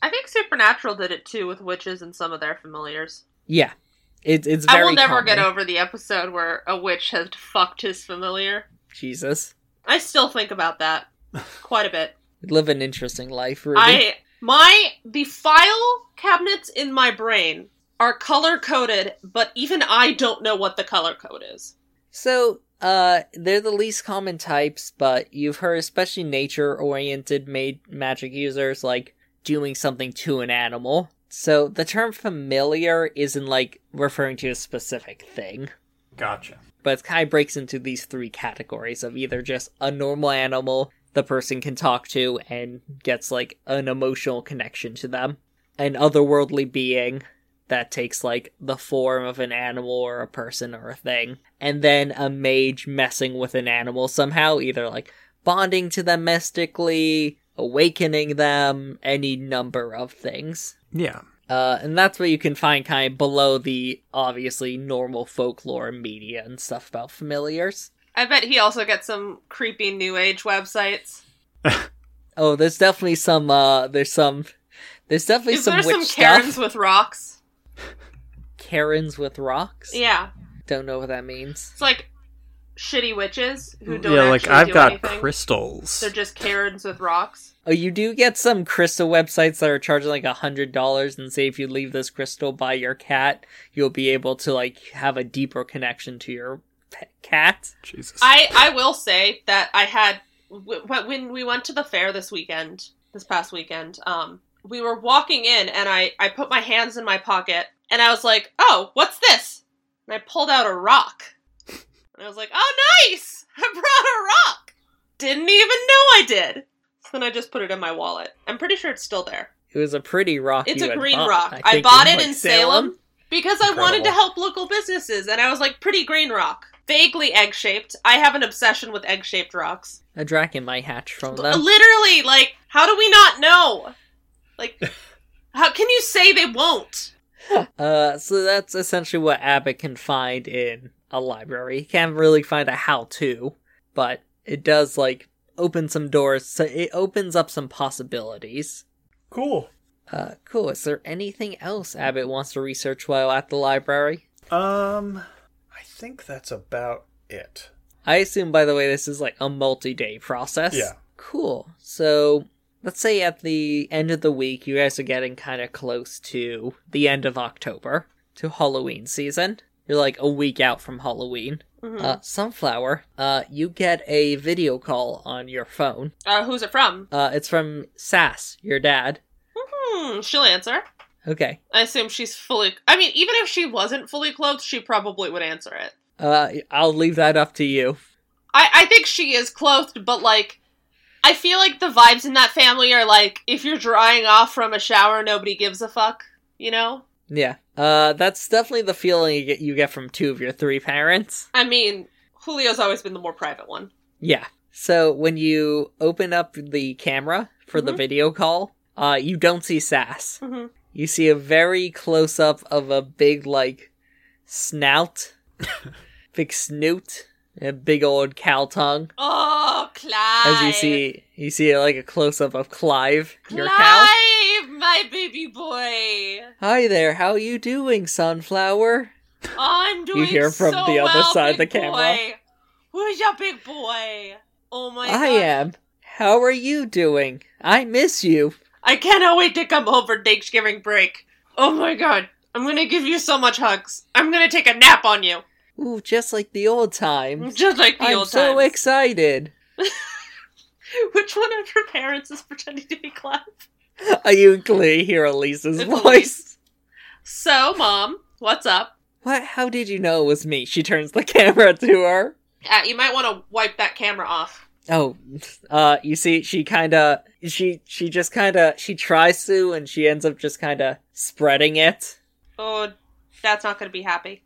I think Supernatural did it too with witches and some of their familiars.
Yeah, it, it's very.
I will never get
common.
over the episode where a witch has fucked his familiar.
Jesus.
I still think about that quite a bit.
You live an interesting life, Ruby.
I my the file cabinets in my brain are color coded, but even I don't know what the color code is.
So, uh, they're the least common types, but you've heard especially nature-oriented made magic users like doing something to an animal. So the term familiar isn't like referring to a specific thing,
Gotcha.
but it kind of breaks into these three categories of either just a normal animal the person can talk to and gets like an emotional connection to them, an otherworldly being that takes like the form of an animal or a person or a thing, and then a mage messing with an animal somehow, either like bonding to them mystically, awakening them, any number of things.
Yeah.
Uh, and that's what you can find kind of below the obviously normal folklore and media and stuff about familiars.
I bet he also gets some creepy new age websites.
Oh, there's definitely some. Uh, there's some. There's definitely
Is
some
there
witch
some
stuff.
Karens with rocks?
Karens with rocks.
Yeah,
Don't know what that means.
it's like shitty witches who don't.
Mm, Yeah, like
actually
I've
do
got
anything.
crystals.
They're just Karens with rocks.
Oh, you do get some crystal websites that are charging like a hundred dollars and say if you leave this crystal by your cat, you'll be able to like have a deeper connection to your pet cat.
Jesus.
I I will say that I had wh- wh- when we went to the fair this weekend, this past weekend. Um, we were walking in, and I I put my hands in my pocket, and I was like, "Oh, what's this?" And I pulled out a rock, and I was like, "Oh, nice! I brought a rock." Didn't even know I did. So then I just put it in my wallet. I'm pretty sure it's still there.
It was a pretty rock.
It's
you
a
had
green
bought,
rock. I,
think,
bought it
like,
in Salem, because I wanted to
Incredible.
help local businesses, and I was like, pretty green rock. Vaguely egg shaped. I have an obsession with egg shaped rocks.
A dragon might hatch from
L-
them.
Literally, like, how do we not know? Like, how can you say they won't?
Uh, so that's essentially what Abbott can find in a library. He can't really find a how to, but it does like open some doors. So it opens up some possibilities.
cool.
Uh, cool. Is there anything else Abbott wants to research while at the library?
Um, I think that's about it.
I assume, by the way, this is like a multi day process.
Yeah.
Cool. So let's say at the end of the week, you guys are getting kind of close to the end of October, to Halloween season. You're like a week out from Halloween.
Mhm. Uh,
Uh, Sunflower, uh, you get a video call on your phone.
who's it from?
Uh, it's from Sass, your dad.
Hmm, she'll answer.
Okay.
I assume she's fully. I mean, even if she wasn't fully clothed, she probably would answer it.
Uh, I'll leave that up to you.
I, I think she is clothed, but like, I feel like the vibes in that family are like, if you're drying off from a shower, nobody gives a fuck, you know?
Yeah. Uh, that's definitely the feeling you get, you get from two of your three parents.
I mean, Julio's always been the more private one.
Yeah. So when you open up the camera for the
Mhm.
video call, uh, you don't see Sass.
Mm-hmm.
You see a very close up of a big like snout, big snoot, and a big old cow tongue.
Oh, Clive!
As you see, you see like a close up of Clive, your
Clive,
cow.
my baby boy.
Hi there, how you doing, sunflower?
I'm doing.
hear from
so
the other
well,
side of
big
the camera.
Boy. Who's your big boy? Oh my
I
God.
am. How are you doing? I miss you.
I cannot wait to come home for Thanksgiving break. Oh my god. I'm gonna give you so much hugs. I'm gonna take a nap on you.
Ooh, just like the old times.
Just like the
I'm
old
so
times.
excited.
Which one of her parents is pretending to be Clef?
I usually hear Elisa's
It's
voice.
So, mom, what's up?
What? How did you know it was me? She turns the camera to her.
Uh, you might want to wipe that camera off.
Oh, uh, you see, she kind of, she, she just kind of, she tries to, and she ends up just kind of spreading it.
Oh, that's not going to be happy.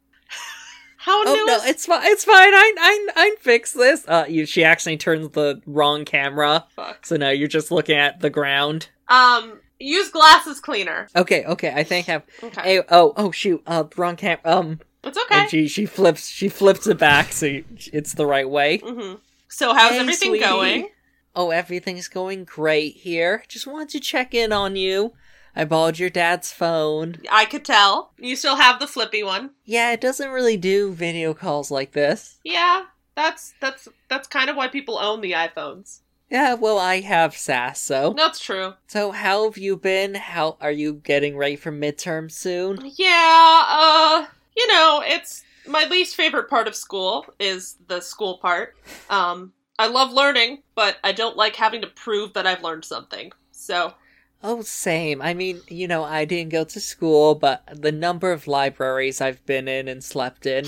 How
Oh
new
no,
is
it's fine, it's fine. I, I, I fix this. Uh, you, she actually turns the wrong camera,
fuck?
so now you're just looking at the ground.
Um, use glasses cleaner.
Okay, okay, I think I've.
Okay,
Hey, oh, oh, shoot, uh, wrong cam. Um,
it's okay.
and she, she flips, she flips it back, so you- it's the right way.
hmm So, how's
Hey,
everything
sweetie.
going?
Oh, everything's going great here. Just wanted to check in on you. I borrowed your dad's phone.
I could tell you still have the flippy one.
Yeah, it doesn't really do video calls like this.
Yeah, that's that's that's kind of why people own the iPhones.
Yeah, well, I have SAS, so.
That's true.
So, how have you been? How are you getting ready for midterm soon?
Yeah, uh, you know, it's my least favorite part of school is the school part. Um, I love learning, but I don't like having to prove that I've learned something. So,
Oh, same. I mean, you know, I didn't go to school, but the number of libraries I've been in and slept in.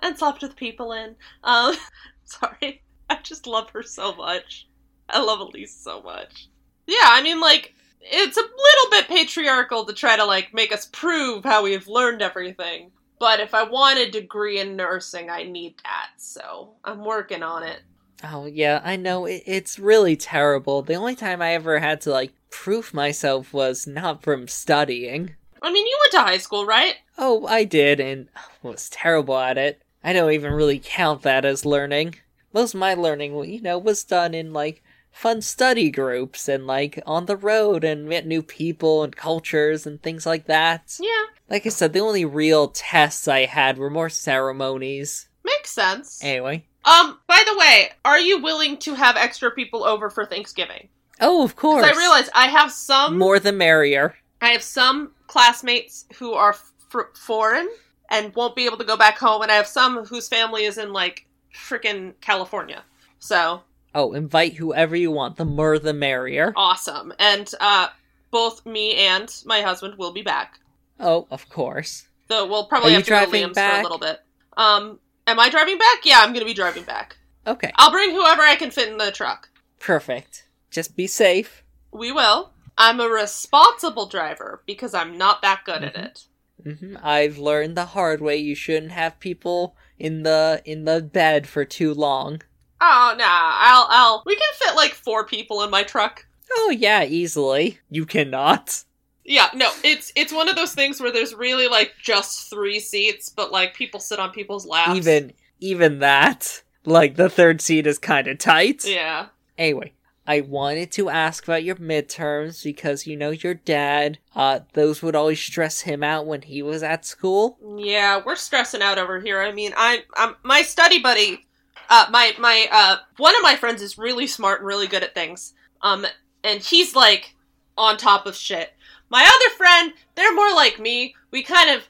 and slept with people in. Um, sorry, I just love her so much. I love Elise so much. Yeah, I mean, like, it's a little bit patriarchal to try to like make us prove how we've learned everything. But if I want a degree in nursing, I need that. So I'm working on it.
Oh, yeah, I know. It, it's really terrible. The only time I ever had to, like, proof myself was not from studying.
I mean, you went to high school, right?
Oh, I did, and was terrible at it. I don't even really count that as learning. Most of my learning, you know, was done in like fun study groups and like on the road and met new people and cultures and things like that.
Yeah,
Like I said, the only real tests I had were more ceremonies.
makes sense.
Anyway.
Um, by the way, are you willing to have extra people over for Thanksgiving?
Oh, of course.
Because I realize I have some,
more the merrier.
I have some classmates who are fr- foreign and won't be able to go back home, and I have some whose family is in like freaking California. So
Oh, invite whoever you want. The more the merrier.
awesome! And uh, both me and my husband will be back.
Oh, of course.
Though we'll
Are
probably
you
have to go to
driving
Liam's for a
back?
little bit. Um, am I driving back? Yeah, I'm gonna be driving back.
Okay,
I'll bring whoever I can fit in the truck.
perfect. Just be safe.
We will. I'm a responsible driver because I'm not that good at
Mhm.
it.
hmm I've learned the hard way you shouldn't have people in the in the bed for too long.
Oh nah, I'll I'll we can fit like four people in my truck.
Oh yeah, easily. You cannot.
Yeah, no, it's it's one of those things where there's really like just three seats, but like people sit on people's laps.
Even even that. Like the third seat is kind of tight.
Yeah.
Anyway, I wanted to ask about your midterms because you know your dad, uh those would always stress him out when he was at school.
Yeah, we're stressing out over here. I mean, I I'm my study buddy uh my my uh one of my friends is really smart and really good at things. Um and he's like on top of shit. My other friend, they're more like me. We kind of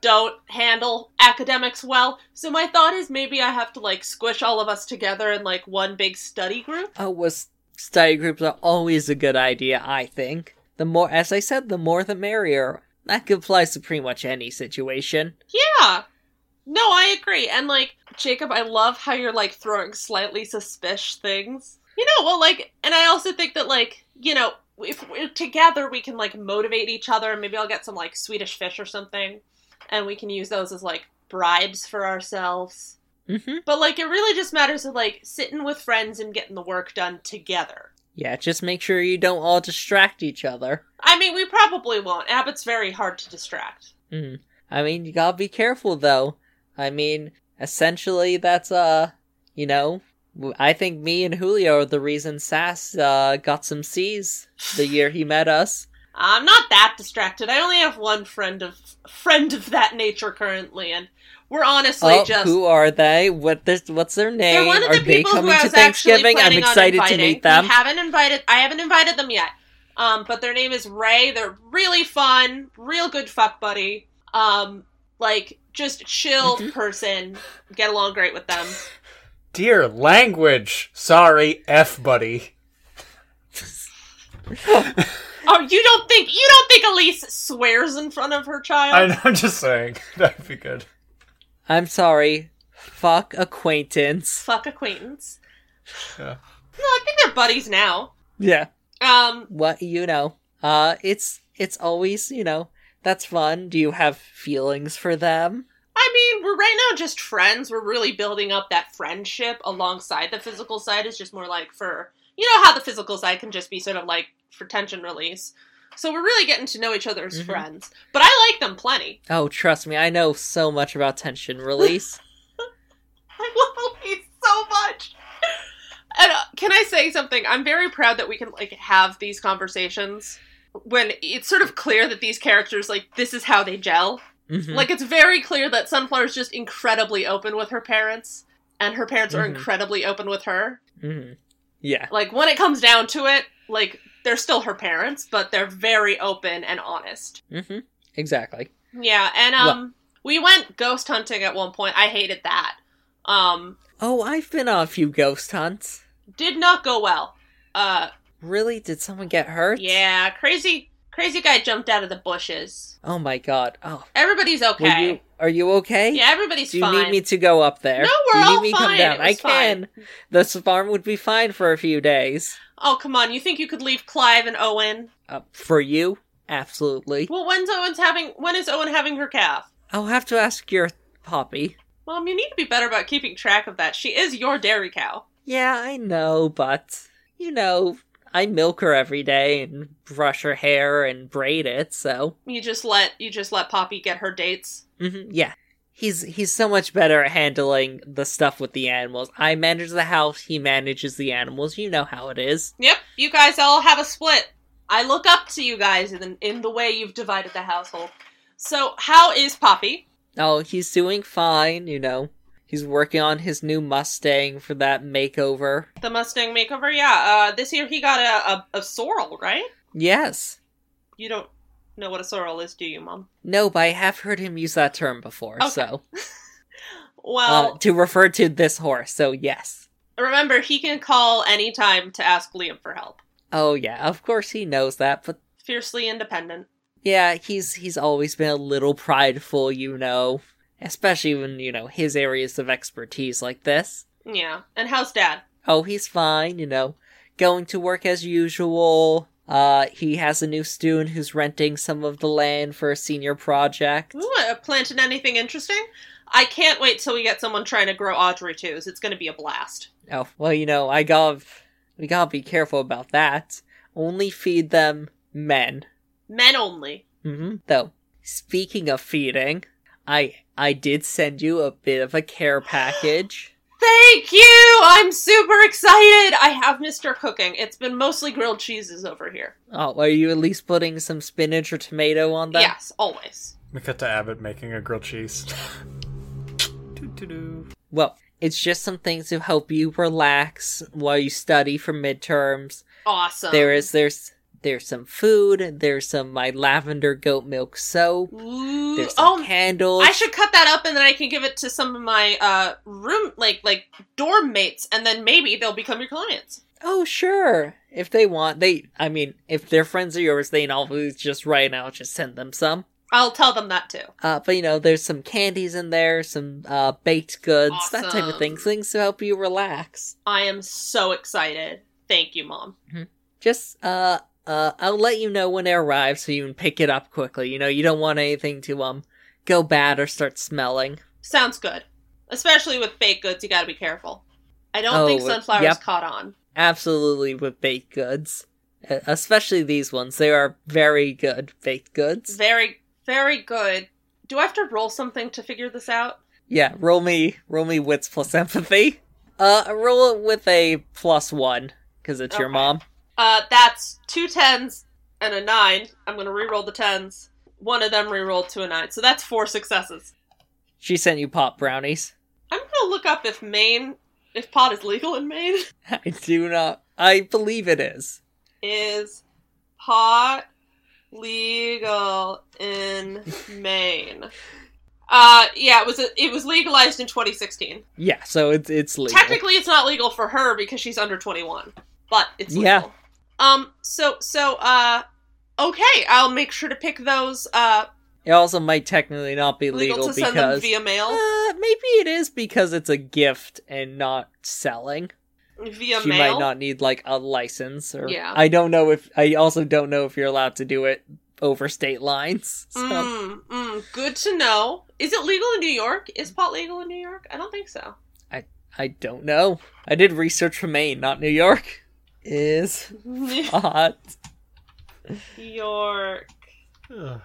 don't handle academics well. So my thought is maybe I have to like squish all of us together in like one big study group.
Oh, was study groups are always a good idea, I think. The more, as I said, the more the merrier. That could apply to pretty much any situation.
Yeah. No, I agree. And like Jacob, I love how you're like throwing slightly suspicious things. You know, well like and I also think that like, you know, if we're together we can like motivate each other and maybe I'll get some like Swedish fish or something and we can use those as like bribes for ourselves.
Mm-hmm.
But like it really just matters of like sitting with friends and getting the work done together.
Yeah, just make sure you don't all distract each other.
I mean, we probably won't. Abbott's very hard to distract.
Mm. I mean, you gotta be careful though. I mean, essentially, that's uh, you know, w- I think me and Julio are the reason Sass uh got some C's the year he met us.
I'm not that distracted. I only have one friend of friend of that nature currently, and we're honestly
oh,
just
who are they? What this? What's their name?
they're one of
are
the
they
people who
coming
I
to
was actually
Thanksgiving? I'm
planning
excited
on
to
inviting.
meet them.
We haven't invited. I haven't invited them yet. Um, but their name is Ray. They're really fun, real good fuck buddy. Um, like just chill
Mm-hmm.
person. Get along great with them.
Dear language. Sorry, F buddy.
Oh, you don't think you don't think Elise swears in front of her child?
I know, I'm just saying. That'd be good.
I'm sorry. Fuck acquaintance.
Fuck acquaintance.
Yeah.
No, I think they're buddies now.
Yeah.
Um,
What you know. Uh it's it's always, you know, that's fun. Do you have feelings for them?
I mean, we're right now just friends. We're really building up that friendship alongside the physical side. Is just more like for you know how the physical side can just be sort of like for tension release. So we're really getting to know each other as
Mhm.
friends. But I like them plenty.
Oh, trust me, I know so much about tension release.
I love Elise so much. And uh, can I say something? I'm very proud that we can like have these conversations when it's sort of clear that these characters like this is how they gel.
Mhm.
Like it's very clear that Sunflower's just incredibly open with her parents and her parents are
Mhm.
incredibly open with her.
Mhm. Yeah.
Like when it comes down to it, like they're still her parents, but they're very open and honest.
hmm Exactly.
Yeah, and um we went ghost hunting at one point. I hated that. Um
Oh, I've been on a few ghost hunts.
did not go well. Uh
Really? Did someone get hurt?
yeah, crazy crazy guy jumped out of the bushes.
Oh my god. Oh.
Everybody's
Were
okay.
you are you okay?
Yeah, everybody's
Do you
fine.
need me to go up there?
No, we're
Do you need
all
me to
fine.
come down?
It
I
was fine.
can. This farm would be fine for a few days.
oh, come on. You think you could leave Clive and Owen?
Uh, for you? Absolutely.
Well, when's Owen's having when is Owen having her calf?
I'll have to ask your poppy.
Mom, you need to be better about keeping track of that. She is your dairy cow.
Yeah, I know, but you know, I milk her every day and brush her hair and braid it, so
You just let you just let Poppy get her dates.
hmm yeah. He's he's so much better at handling the stuff with the animals. I manage the house, he manages the animals. You know how it is.
Yep, you guys all have a split. I look up to you guys in in the way you've divided the household. So, how is Poppy?
Oh, he's doing fine, you know. He's working on his new Mustang for that makeover.
The Mustang makeover? Yeah, uh, this year he got a, a, a sorrel, right?
Yes.
You don't know what a sorrel is, do you, Mom?
No, but I have heard him use that term before,
Okay.
so.
Well,
Uh, to refer to this horse, so yes.
remember, he can call anytime to ask Liam for help.
Oh yeah, of course he knows that, but
Fiercely independent.
yeah, he's he's always been a little prideful, you know. Especially when, you know, his areas of expertise like this.
Yeah. And how's Dad?
Oh, he's fine, you know. Going to work as usual. Uh, he has a new student who's renting some of the land for a senior project.
Ooh, uh, planted anything interesting? I can't wait till we get someone trying to grow Audrey twos. It's going to be a blast.
Oh, well, you know, I got to we gotta be careful about that. Only feed them men.
Men only.
Mm-hmm. Though, speaking of feeding, I I did send you a bit of a care package.
Thank you! I'm super excited! I have Mr. Cooking. It's been mostly grilled cheeses over here.
Oh, are you at least putting some spinach or tomato on that?
yes, always.
We cut to Abbott making a grilled cheese. Doo-doo-doo.
Well, it's just some things to help you relax while you study for midterms.
Awesome.
There is there's there's some food. There's some my lavender goat milk soap.
Ooh,
There's some
oh,
candles.
I should cut that up and then I can give it to some of my uh room like like dorm mates and then maybe they'll become your clients.
Oh sure, if they want, they. I mean, if they're friends of yours, they can always just right now just send them some.
I'll tell them that too.
Uh, but you know, there's some candies in there, some uh, baked goods, that type of
Awesome.
thing. Things to help you relax.
I am so excited. Thank you, mom.
Just uh, uh, I'll let you know when it arrives so you can pick it up quickly. You know, you don't want anything to um go bad or start smelling.
Sounds good. Especially with baked goods, you gotta be careful. I don't
Oh,
think
uh,
sunflowers
yep.
caught on.
Absolutely, with baked goods, E- especially these ones. They are very good baked goods.
Very, very good. Do I have to roll something to figure this out?
Yeah, roll me, roll me wits plus empathy. Uh, roll it with a plus one because it's your
Okay.
mom.
Uh, that's two tens and a nine. I'm gonna re-roll the tens. One of them re-rolled to a nine, so that's four successes.
She sent you pop brownies.
I'm gonna look up if Maine, if pot is legal in Maine.
I do not. I believe it is.
Is pot legal in Maine? Uh, yeah, it was it was legalized in 2016.
Yeah, so it's it's legal.
Technically, it's not legal for her because she's under 21, but it's legal.
Yeah.
Um. So so uh, okay, I'll make sure to pick those uh
It also might technically not be
legal,
legal,
to send them
because
via mail.
uh, maybe it is because it's a gift and not selling.
Via
she
mail.
might not need like a license or
Yeah.
I don't know if I also don't know if you're allowed to do it over state lines. So
Mm, mm, good to know. Is it legal in New York? Is pot legal in New York? I don't think so.
I don't know. I did research for Maine, not New York. Is
New
hot.
York.
Ugh.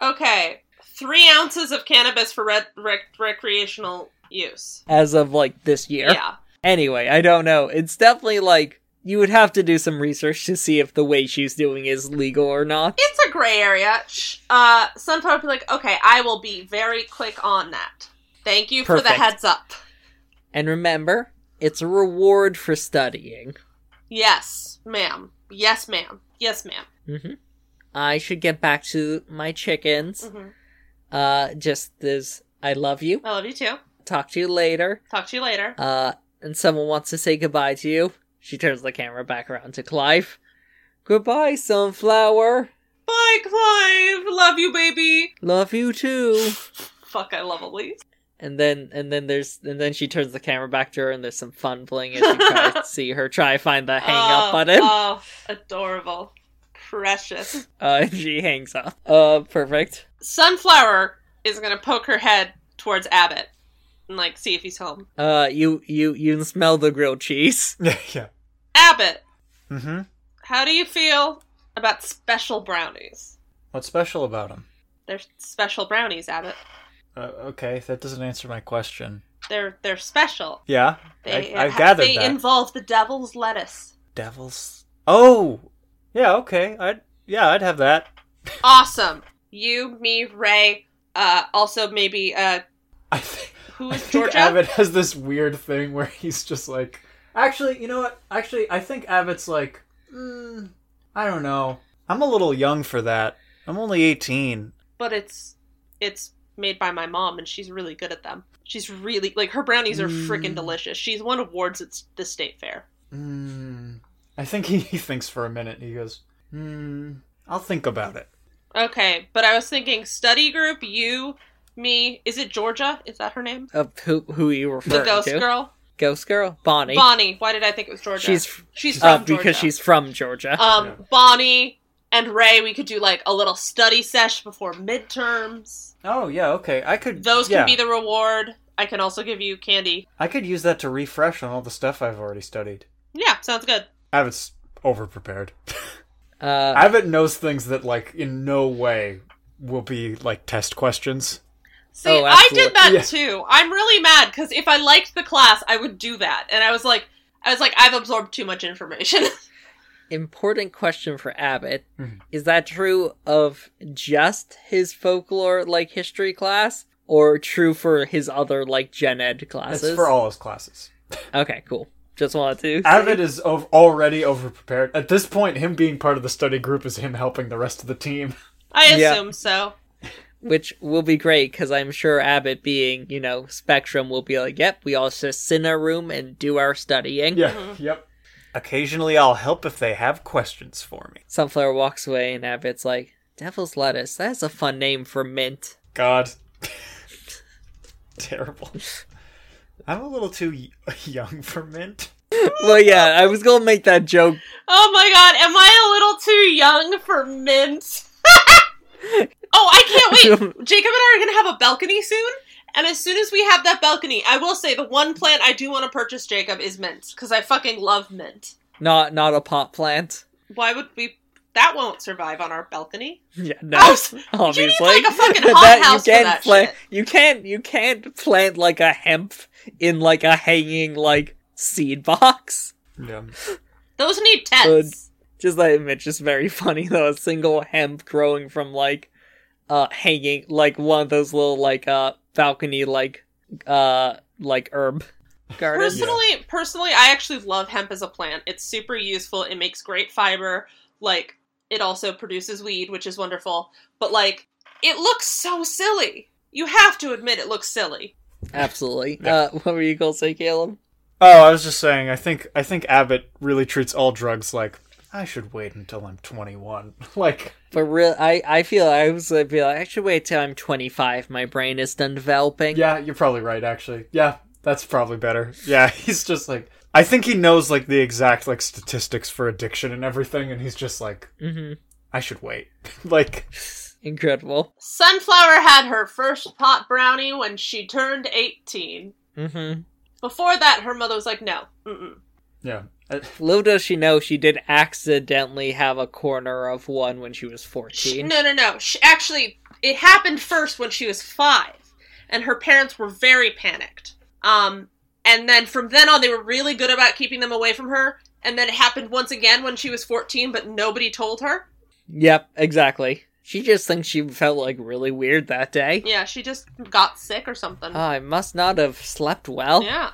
Okay. Three ounces of cannabis for re- rec- recreational use.
as of like this year.
Yeah.
Anyway, I don't know. It's definitely like you would have to do some research to see if the way she's doing is legal or not.
It's a gray area. Shh. Uh, Sunflower would be like, okay, I will be very quick on that. Thank you for
Perfect.
the heads up.
And remember, it's a reward for studying.
Yes, ma'am. Yes, ma'am. Yes, madam
hmm I should get back to my chickens.
Mm-hmm.
Uh, just this. I love you.
I love you too.
Talk to you later.
Talk to you later.
Uh, and someone wants to say goodbye to you. She turns the camera back around to Clive. Goodbye, sunflower.
Bye, Clive. Love you, baby.
Love you too.
Fuck, I love Elise.
And then and then there's and then she turns the camera back to her and there's some fun bling as you try to see her try to find the hang up
Oh,
button. Uh,
Oh, adorable. Precious.
and she hangs up. Uh perfect.
Sunflower is gonna poke her head towards Abbott and like see if he's home.
Uh you you you can smell the grilled cheese.
yeah.
Abbott,
Mm-hmm.
how do you feel about special brownies?
What's special about him?
They're special brownies, Abbott.
Uh, okay, that doesn't answer my question.
They're they're special.
Yeah,
They
I, I
ha-
gathered
they
that.
involve the devil's lettuce.
Devils. Oh, yeah. Okay. I'd yeah, I'd have that.
Awesome. You, me, Ray. Uh, also maybe uh,
I think.
who
I
is
think
Georgia?
Abbott has this weird thing where he's just like, actually, you know what? Actually, I think Abbott's like, mm, I don't know. I'm a little young for that. I'm only 18.
but it's it's made by my mom and she's really good at them she's really like her brownies are freaking
Mm.
delicious she's won awards at s- the state fair
Mm. I think he, he thinks for a minute. and He goes, mm, I'll think about it.
okay but i was thinking study group you me is it georgia is that her name
Of who who are you referring
the ghost
to?
girl
Ghost girl? Bonnie.
bonnie why did i think it was georgia
She's
she's
uh,
from georgia
because she's from Georgia.
um
Yeah.
bonnie and ray we could do like a little study sesh before midterms
Oh yeah, okay. I could
those
yeah,
can be the reward i can also give you candy
I could use that to refresh on all the stuff I've already studied.
yeah sounds good
Abbott's over prepared.
uh
Abbott knows things that like in no way will be like test questions.
See,
Oh,
I
absolutely.
did that
Yeah.
too. I'm really mad because if I liked the class, I would do that. And I was like, I was like, I've absorbed too much information.
important question for Abbott.
Mhm.
Is that true of just his folklore like history class? Or true for his other like gen ed classes.
It's for all his classes.
Okay, cool. Just wanted to.
Avid is ov- already overprepared. At this point, him being part of the study group is him helping the rest of the team.
I
Yeah.
assume so.
Which will be great because I'm sure Abbott, being, you know, Spectrum, will be like, yep, we all just sit in our room and do our studying.
Yeah,
Mhm.
yep. Occasionally, I'll help if they have questions for me.
Sunflower walks away and Abbott's like, Devil's Lettuce, that's a fun name for mint.
God. Terrible. I'm a little too y- young for mint.
well, yeah, I was going to make that joke.
Oh my god, am I a little too young for mint? oh, I can't wait. Jacob and I are gonna have a balcony soon. And as soon as we have that balcony, I will say the one plant I do want to purchase, Jacob, is mint because I fucking love mint.
not not a pot plant.
Why would we? That won't survive on our balcony.
Yeah, no.
I was-
obviously.
like, a fucking hothouse for
you can't
that
plant,
shit.
You can't, you can't plant like a hemp in like a hanging like seed box.
Yeah.
Those need tents.
just that image is very funny though a single hemp growing from like uh hanging like one of those little like uh balcony like uh like herb gardens
Personally, personally, I actually love hemp as a plant. It's super useful. It makes great fiber. Like it also produces weed, which is wonderful. But like, it looks so silly. You have to admit it looks silly.
Absolutely.
Yeah.
Uh, what were you going to say, Caleb?
Oh, I was just saying. I think I think Abbott really treats all drugs like I should wait until I'm 21. like
But real, I, I feel I was gonna be like, I should wait till I'm 25. My brain is done developing.
Yeah, you're probably right, actually. Yeah, that's probably better. Yeah, he's just like I think he knows like the exact like statistics for addiction and everything, and he's just like,
hmm
I should wait. like
Incredible.
Sunflower had her first pot brownie when she turned 18.
Mm-hmm.
Before that, her mother was like, no. Mm-mm.
Yeah. I-
Little does she know, she did accidentally have a corner of one when she was
She,
14.
no, no, no. She, actually, it happened first when she was five, and her parents were very panicked. Um, and then from then on, they were really good about keeping them away from her. And then it happened once again when she was 14, but nobody told her.
Yep, exactly. She just thinks she felt like really weird that day.
Yeah, she just got sick or something.
Ah, I must not have slept well.
yeah.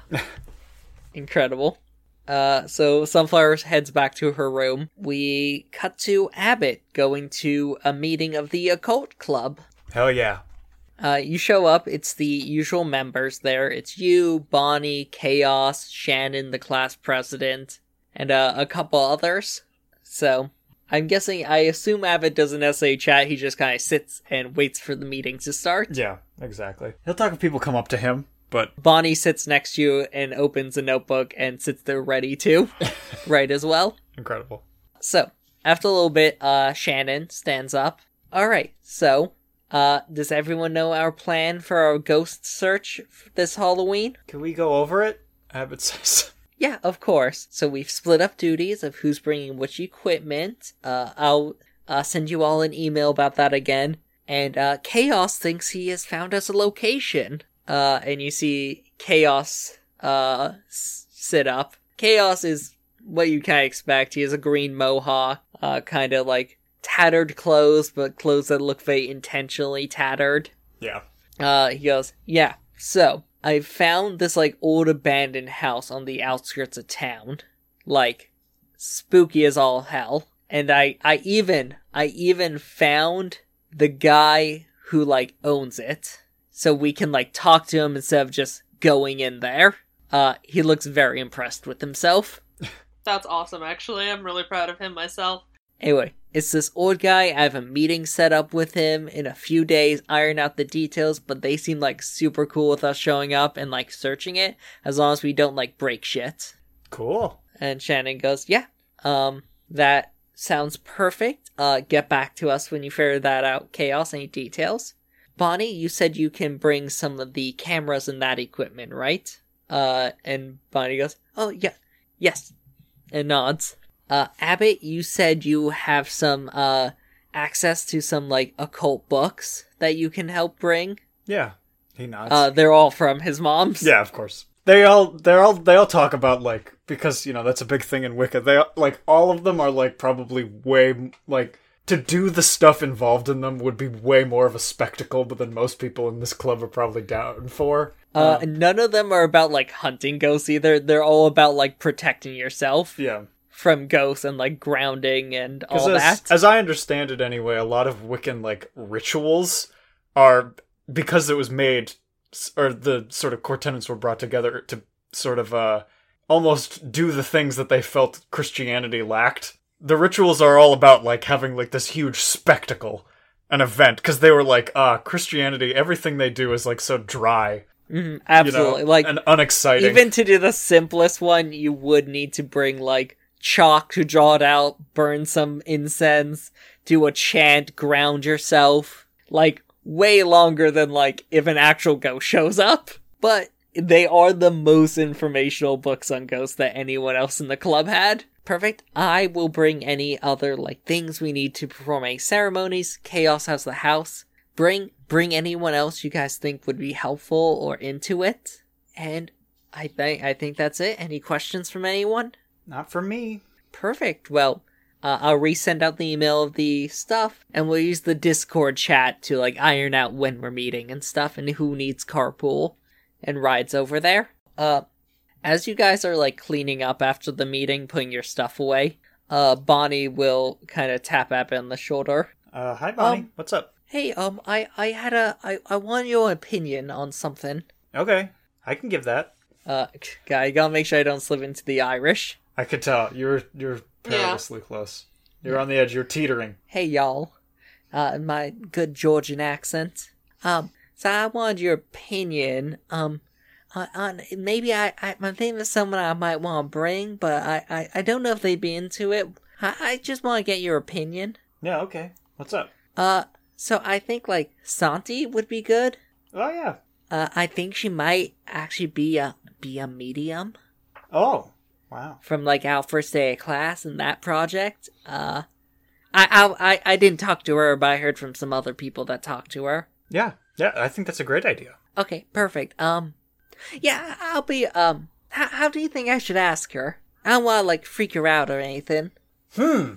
Incredible. Uh, so Sunflower heads back to her room. We cut to Abbott going to a meeting of the Occult Club.
Hell yeah.
Uh, you show up, it's the usual members there. It's you, Bonnie, Chaos, Shannon, the class president, and uh, a couple others. So, I'm guessing, I assume Abbott doesn't necessarily chat, he just kind of sits and waits for the meeting to start.
Yeah, exactly. He'll talk if people come up to him, but
Bonnie sits next to you and opens a notebook and sits there ready to write as well.
incredible.
So, after a little bit, uh, Shannon stands up. All right, so, uh, does everyone know our plan for our ghost search f- this Halloween?
Can we go over it? Abbott says.
Yeah, of course. So we've split up duties of who's bringing which equipment. Uh, I'll uh, send you all an email about that again. And uh, Chaos thinks he has found us a location. Uh, and you see Chaos uh, s- sit up. Chaos is what you kind of expect. He has a green mohawk, uh, kind of like tattered clothes, but clothes that look very intentionally tattered.
Yeah.
Uh, he goes, yeah. So I found this like old abandoned house on the outskirts of town, like spooky as all hell. And I, I even, I even found the guy who like owns it, so we can like talk to him instead of just going in there. Uh, he looks very impressed with himself.
That's awesome, actually. I'm really proud of him myself.
Anyway, it's this old guy. I have a meeting set up with him in a few days, iron out the details, but they seem like super cool with us showing up and like searching it, as long as we don't like break shit.
Cool.
And Shannon goes, Yeah, um, that sounds perfect. Uh, get back to us when you figure that out, Chaos, any details. Bonnie, you said you can bring some of the cameras and that equipment, right? Uh, and Bonnie goes, Oh, yeah, yes, and nods. Uh, Abbott, you said you have some, uh, access to some, like, occult books that you can help bring.
Yeah. He nods.
Uh, they're all from his mom's.
Yeah, of course. They all they're all they all talk about like because you know that's a big thing in Wicca. They all- like all of them are like probably way m- like to do the stuff involved in them would be way more of a spectacle than most people in this club are probably down for.
Uh, none of them are about like hunting ghosts either. They're all about like protecting yourself
yeah.
from ghosts and like grounding and all
as,
that.
as I understand it anyway, a lot of Wiccan like rituals are because it was made s- or the sort of core tenets were brought together to sort of uh almost do the things that they felt Christianity lacked. The rituals are all about like having like this huge spectacle, an event because they were like uh Christianity everything they do is like so dry,
Mhm,
you know,
absolutely. like
and unexciting.
even to do the simplest one, you would need to bring like chalk to draw it out, burn some incense, do a chant, ground yourself. Like way longer than like if an actual ghost shows up. But they are the most informational books on ghosts that anyone else in the club had. Perfect. I will bring any other like things we need to perform any ceremonies. Chaos has the house. Bring bring anyone else you guys think would be helpful or into it. And I think I think that's it. Any questions from anyone?
Not for me.
Perfect. Well, uh, I'll resend out the email of the stuff, and we'll use the Discord chat to like iron out when we're meeting and stuff, and who needs carpool and rides over there. Uh, as you guys are like cleaning up after the meeting, putting your stuff away, uh, Bonnie will kind of tap Abbott on the shoulder.
Uh, hi,
Bonnie.
What's up?
"Hey, um, I I had a I I want your opinion on something."
Okay, I can give that.
Uh, guy, you gotta make sure I don't slip into the Irish.
I could tell you're you're perilously close. You're on the edge. You're teetering.
Hey, y'all. Uh, in my good Georgian accent. Um, so I wanted your opinion. Um, on, on maybe I, I I'm thinking of someone I might want to bring, but I, I I don't know if they'd be into it. I I just want to get your opinion.
Yeah. Okay. What's up?
Uh, so I think like Santi would be good.
Oh yeah.
Uh, I think she might actually be a be a medium
Oh wow.
from like our first day of class in that project. Uh, I I I, I didn't talk to her, but I heard from some other people that talked to her.
Yeah. Yeah. I think that's a great idea.
Okay, perfect. Um, yeah, I'll be. Um, how, how do you think I should ask her? I don't want to like freak her out or anything.
Hmm.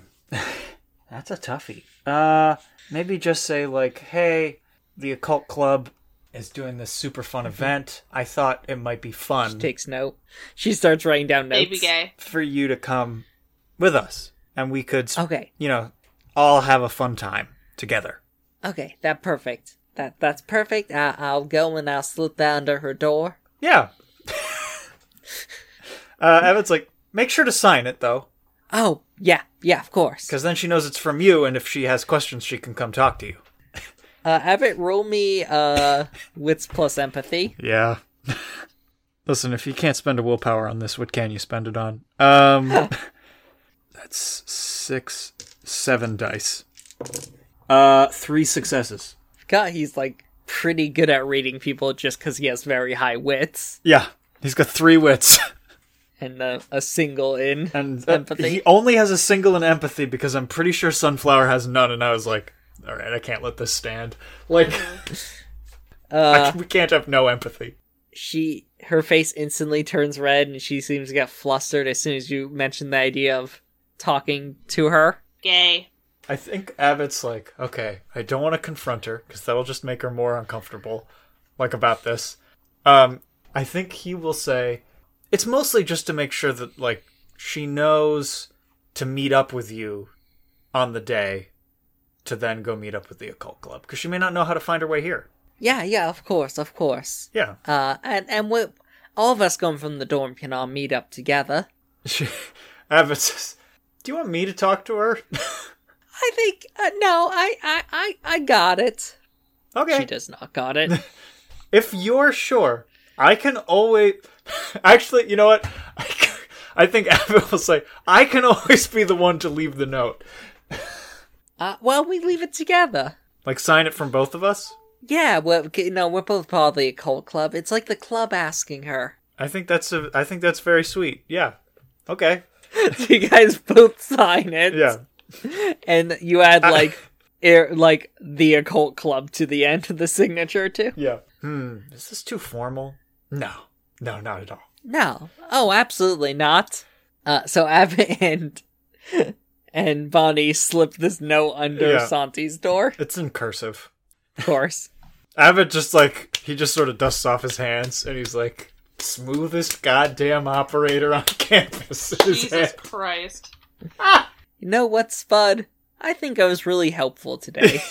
That's a toughie. Uh, maybe just say like, "Hey, the occult club is doing this super fun event. I thought it might be
She
fun
takes note. She starts writing down notes.
Baby gay.
for you to come with us, and we could, s-
Okay,
you know, all have a fun time together."
okay, that perfect. That that's perfect. I, I'll go and I'll slip that under her door.
Yeah. uh, Evan's like, make sure to sign it though,
Oh yeah, yeah, of course.
because then she knows it's from you, and if she has questions, she can come talk to you.
Uh, Abbott, roll me uh wits plus empathy.
Yeah. Listen, if you can't spend a willpower on this, what can you spend it on? Um That's six seven dice. Uh three successes.
God, he's like pretty good at reading people just because he has very high wits
Yeah. He's got three wits
and uh, a single in.
and uh,
Empathy.
He only has a single in empathy because I'm pretty sure Sunflower has none, and I was like, "All right, I can't let this stand. Like,
Uh,
I- we can't have no empathy."
she her face instantly turns red and she seems to get flustered as soon as you mention the idea of talking to her.
Gay.
I think Abbott's like, okay, I don't want to confront her because that'll just make her more uncomfortable, like about this. Um, I think he will say, it's mostly just to make sure that like she knows to meet up with you on the day to then go meet up with the occult club because she may not know how to find her way here.
Yeah, yeah, of course, of course.
Yeah,
Uh and and we all of us going from the dorm can all meet up together.
she. Abbott says, "Do you want me to talk to her?"
I think uh, no, I, I I I got it.
okay,
She does not got it.
If you're sure, I can always. Actually, you know what? I, c- I think Abbott will say, I can always be the one to leave the note.
uh well, we leave it together.
Like, sign it from both of us?
Yeah, well, you know, we're both part of the occult club. It's like the club asking her.
I think that's a, I think that's very sweet. Yeah. Okay.
you guys both sign it.
Yeah.
and you add like air, like the occult club to the end of the signature too
Yeah. Hmm. Is this too formal? No. No, not at all.
no oh absolutely not uh so abbott and and bonnie slip this note under
Yeah.
santi's door
It's in cursive.
of course
Abbott just like he just sort of dusts off his hands and he's like smoothest goddamn operator on campus. in his
Jesus
hand.
Christ. Ah!
you know what spud i think i was really helpful today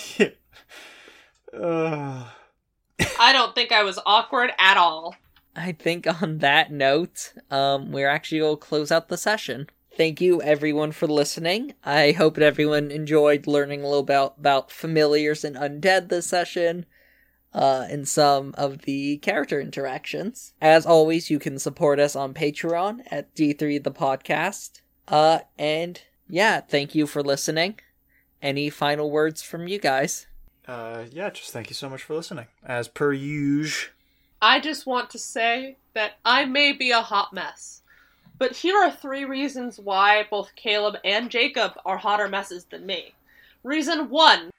Ugh.
I don't think I was awkward at all.
i think on that note um we're actually gonna close out the session Thank you everyone for listening. I hope that everyone enjoyed learning a little about, about familiars and undead this session. uh, in some of the character interactions. As always, you can support us on Patreon at D3 the podcast. Uh, and yeah, thank you for listening. Any final words from you guys?
Uh, yeah, just thank you so much for listening. As per usual.
I just want to say that I may be a hot mess, but here are three reasons why both Caleb and Jacob are hotter messes than me. Reason one